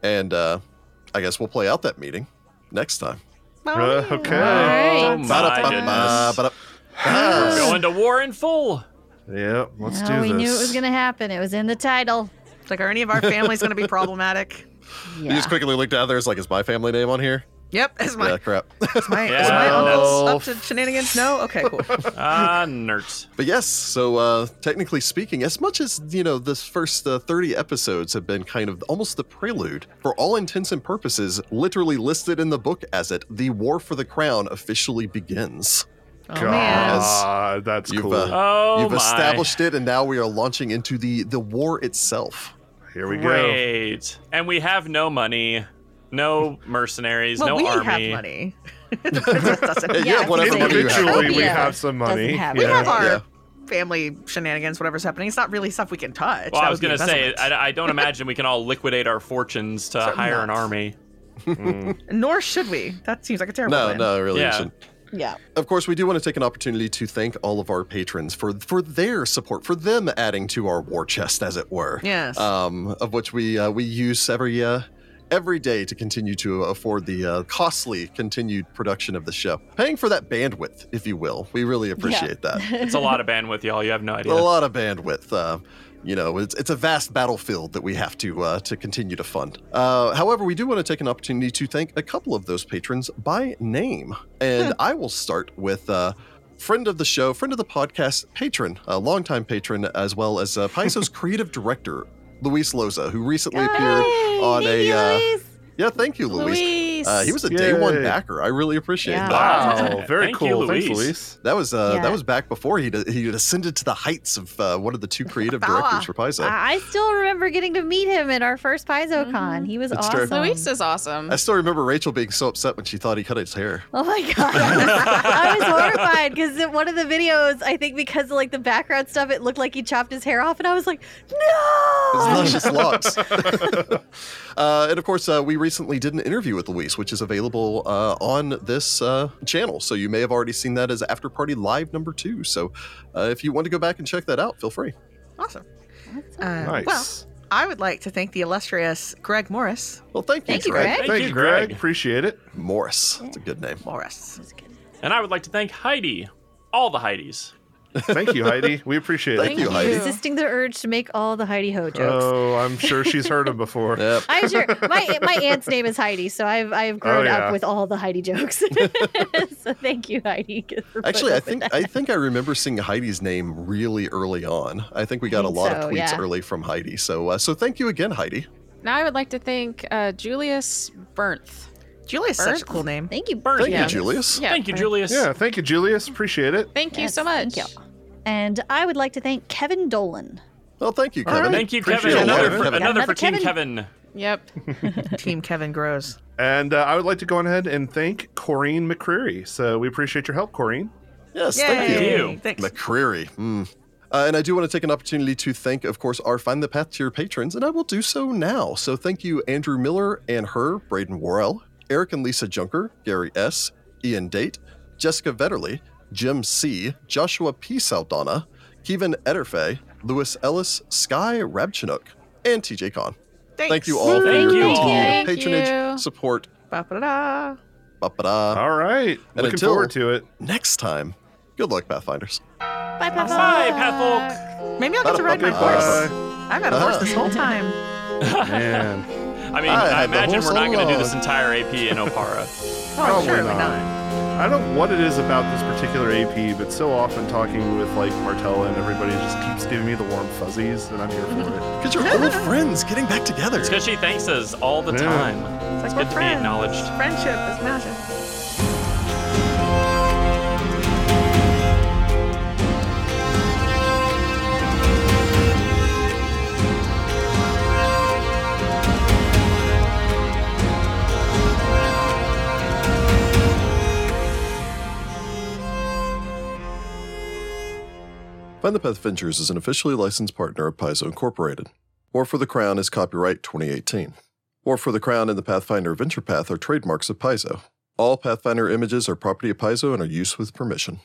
And uh, I guess we'll play out that meeting next time.
Uh,
Oh
okay.
my goodness.
Ba-da-ba-ba,
We're
ba-da-
going to war in full.
Yep. Let's
Oh,
do
we
this.
knew it was going to happen. It was in the title.
It's like, are any of our families going to be problematic?
You
Yeah.
just quickly looked out there. It's like, is my family name on here?
Yep. Is my,
Yeah, crap.
is my, is my
Yeah.
uncle's up to shenanigans? No? Okay, cool.
Ah, nerds.
But yes, so uh, technically speaking, as much as you know, this first uh, thirty episodes have been kind of almost the prelude, for all intents and purposes, literally listed in the book as it, the War for the Crown officially begins.
Oh, man.
God, Ah, that's
You've,
cool.
uh,
Oh
You've
my.
established it, and now we are launching into the the war itself.
Here we go.
Great. And we have no money, no mercenaries,
Well,
no
we
army.
have money. The princess doesn't.
Yeah,
Yeah,
whatever money you have.
Individually, we
Utopia
have some money.
doesn't have
yeah.
We have our
Yeah.
family shenanigans, whatever's happening. It's not really stuff we can touch.
Well,
That
I was
would be
gonna say,
embezzlement.
I, I don't imagine we can all liquidate our fortunes to
Certainly
hire an
not.
army.
Nor should we. That seems like a terrible
No,
plan.
no, really
Yeah.
isn't.
Yeah.
Of course, we do want to take an opportunity to thank all of our patrons for for their support, for them adding to our war chest, as it were.
Yes.
um, of which we uh, we use every uh, every day to continue to afford the uh, costly continued production of the show, paying for that bandwidth, if you will. We really appreciate that.
It's a lot of bandwidth, y'all. You have no idea.
A lot of bandwidth. Uh, you know, it's, it's a vast battlefield that we have to uh, to continue to fund. Uh, however, we do want to take an opportunity to thank a couple of those patrons by name, and I will start with. Uh, Friend of the show, friend of the podcast, patron, a longtime patron, as well as uh, Paiso's creative director, Luis Loza, who recently appeared on a. Uh, yeah, thank you, Luis. Uh, he was a day one
Yay.
backer. I really appreciate
Yeah.
that.
Wow.
Wow, very
Thank you,
cool. Thanks,
Luis.
Luis.
That was uh,
Yeah.
that was back before he d- he had ascended to the heights of uh, one of the two creative
Power.
directors for Paizo.
ah.
I I still remember getting to meet him at our first PaizoCon.
Mhm.
He was
It's true.
awesome.
Luis is awesome.
I still remember Rachel being so upset when she thought he cut his hair.
Oh my god, I was horrified because one of the videos, I think because of like the background stuff, it looked like he chopped his hair off, and I was like,
Oh.
His
no.
luscious locks. uh, and of course, uh, we recently did an interview with Luis, which is available uh, on this uh, channel. So you may have already seen that as After Party Live number two. So uh, if you want to go back and check that out, feel free.
Awesome.
That's
Uh, Well,
Nice.
I would like to thank the illustrious Greg Morris.
Well, thank you,
Thank you,
Greg.
Greg.
Thank
Thank
you,
you,
Greg.
Greg. Appreciate it.
Morris. It's a good name.
Morris.
That's good.
And I would like to thank Heidi, all the Heidis.
Thank you, Heidi. We appreciate
Thank
it.
you, Heidi.
Resisting the urge to make all the Heidi Ho jokes.
Oh, I'm sure she's heard him before.
Yep.
I'm sure my my aunt's name is Heidi, so I've I've grown
yeah.
up with all the Heidi jokes. so thank you, Heidi. for putting
Actually,
up
I
with
think
that.
I think I remember seeing Heidi's name really early on. I think we got a
think
lot
so,
of tweets
yeah.
early from Heidi. So uh, so thank you again, Heidi.
Now I would like to thank uh, Julius Bernth.
Julia's such a
Birth?
cool name.
Thank you,
Thank
Thank
Yeah.
you, Julius.
Yeah,
Thank you,
Bernth.
Julius.
Yeah, thank you, Julius. Appreciate it.
Thank you
Yes,
so much.
thank you. And I would like to thank Kevin Dolan.
Well, thank you, Kevin.
Thank you,
Appreciate
Kevin.
it,
Another,
Kevin.
For, another,
Another
for Team
Kevin.
Kevin.
Yep.
Team Kevin grows.
And uh, I would like to go on ahead and thank Corrine McCreary. So we appreciate your help, Corrine.
Yes,
Yay.
thank you.
you.
Thanks.
McCreary. Mm. Uh, and I do want to take an opportunity to thank, of course, our Find the Path to Your patrons, and I will do so now. So thank you, Andrew Miller and her, Braden Worrell, Eric and Lisa Junker, Gary S., Ian Date, Jessica Vetterly, Jim C., Joshua P. Saldana, Kevin Ederfe, Lewis Ellis, Sky Rabchinook, and TJ Khan. Thank you all for
Thank
your
you all.
continued
Thank
patronage,
you.
support.
Ba-ba-da.
Ba-ba-da.
All right.
Oh. And
Looking
until-
forward to it.
Next time, good luck, Pathfinders.
Bye, Papa.
Bye, Patholk.
Maybe I'll get to ride my
Ba-da-ba-ba-ba.
horse. I've had a horse this whole time.
Man.
I mean,
I
I,
had the
imagine
horse
we're not going to do
alone.
this entire AP in Opara.
Oh,
Probably
surely
not.
not.
I don't know what it is about this particular AP, but so often talking with like Martella and everybody just keeps giving me the warm fuzzies, and I'm here for it.
Because you're old friends getting back together.
It's because she thanks us all the
Yeah.
time.
It's like
It's
we're
good to be
friends.
acknowledged.
Friendship is magic.
Find the Path Ventures is an officially licensed partner of Paizo Incorporated. War for the Crown is copyright 2018. War for the Crown and the Pathfinder Venture Path are trademarks of Paizo. All Pathfinder images are property of Paizo and are used with permission.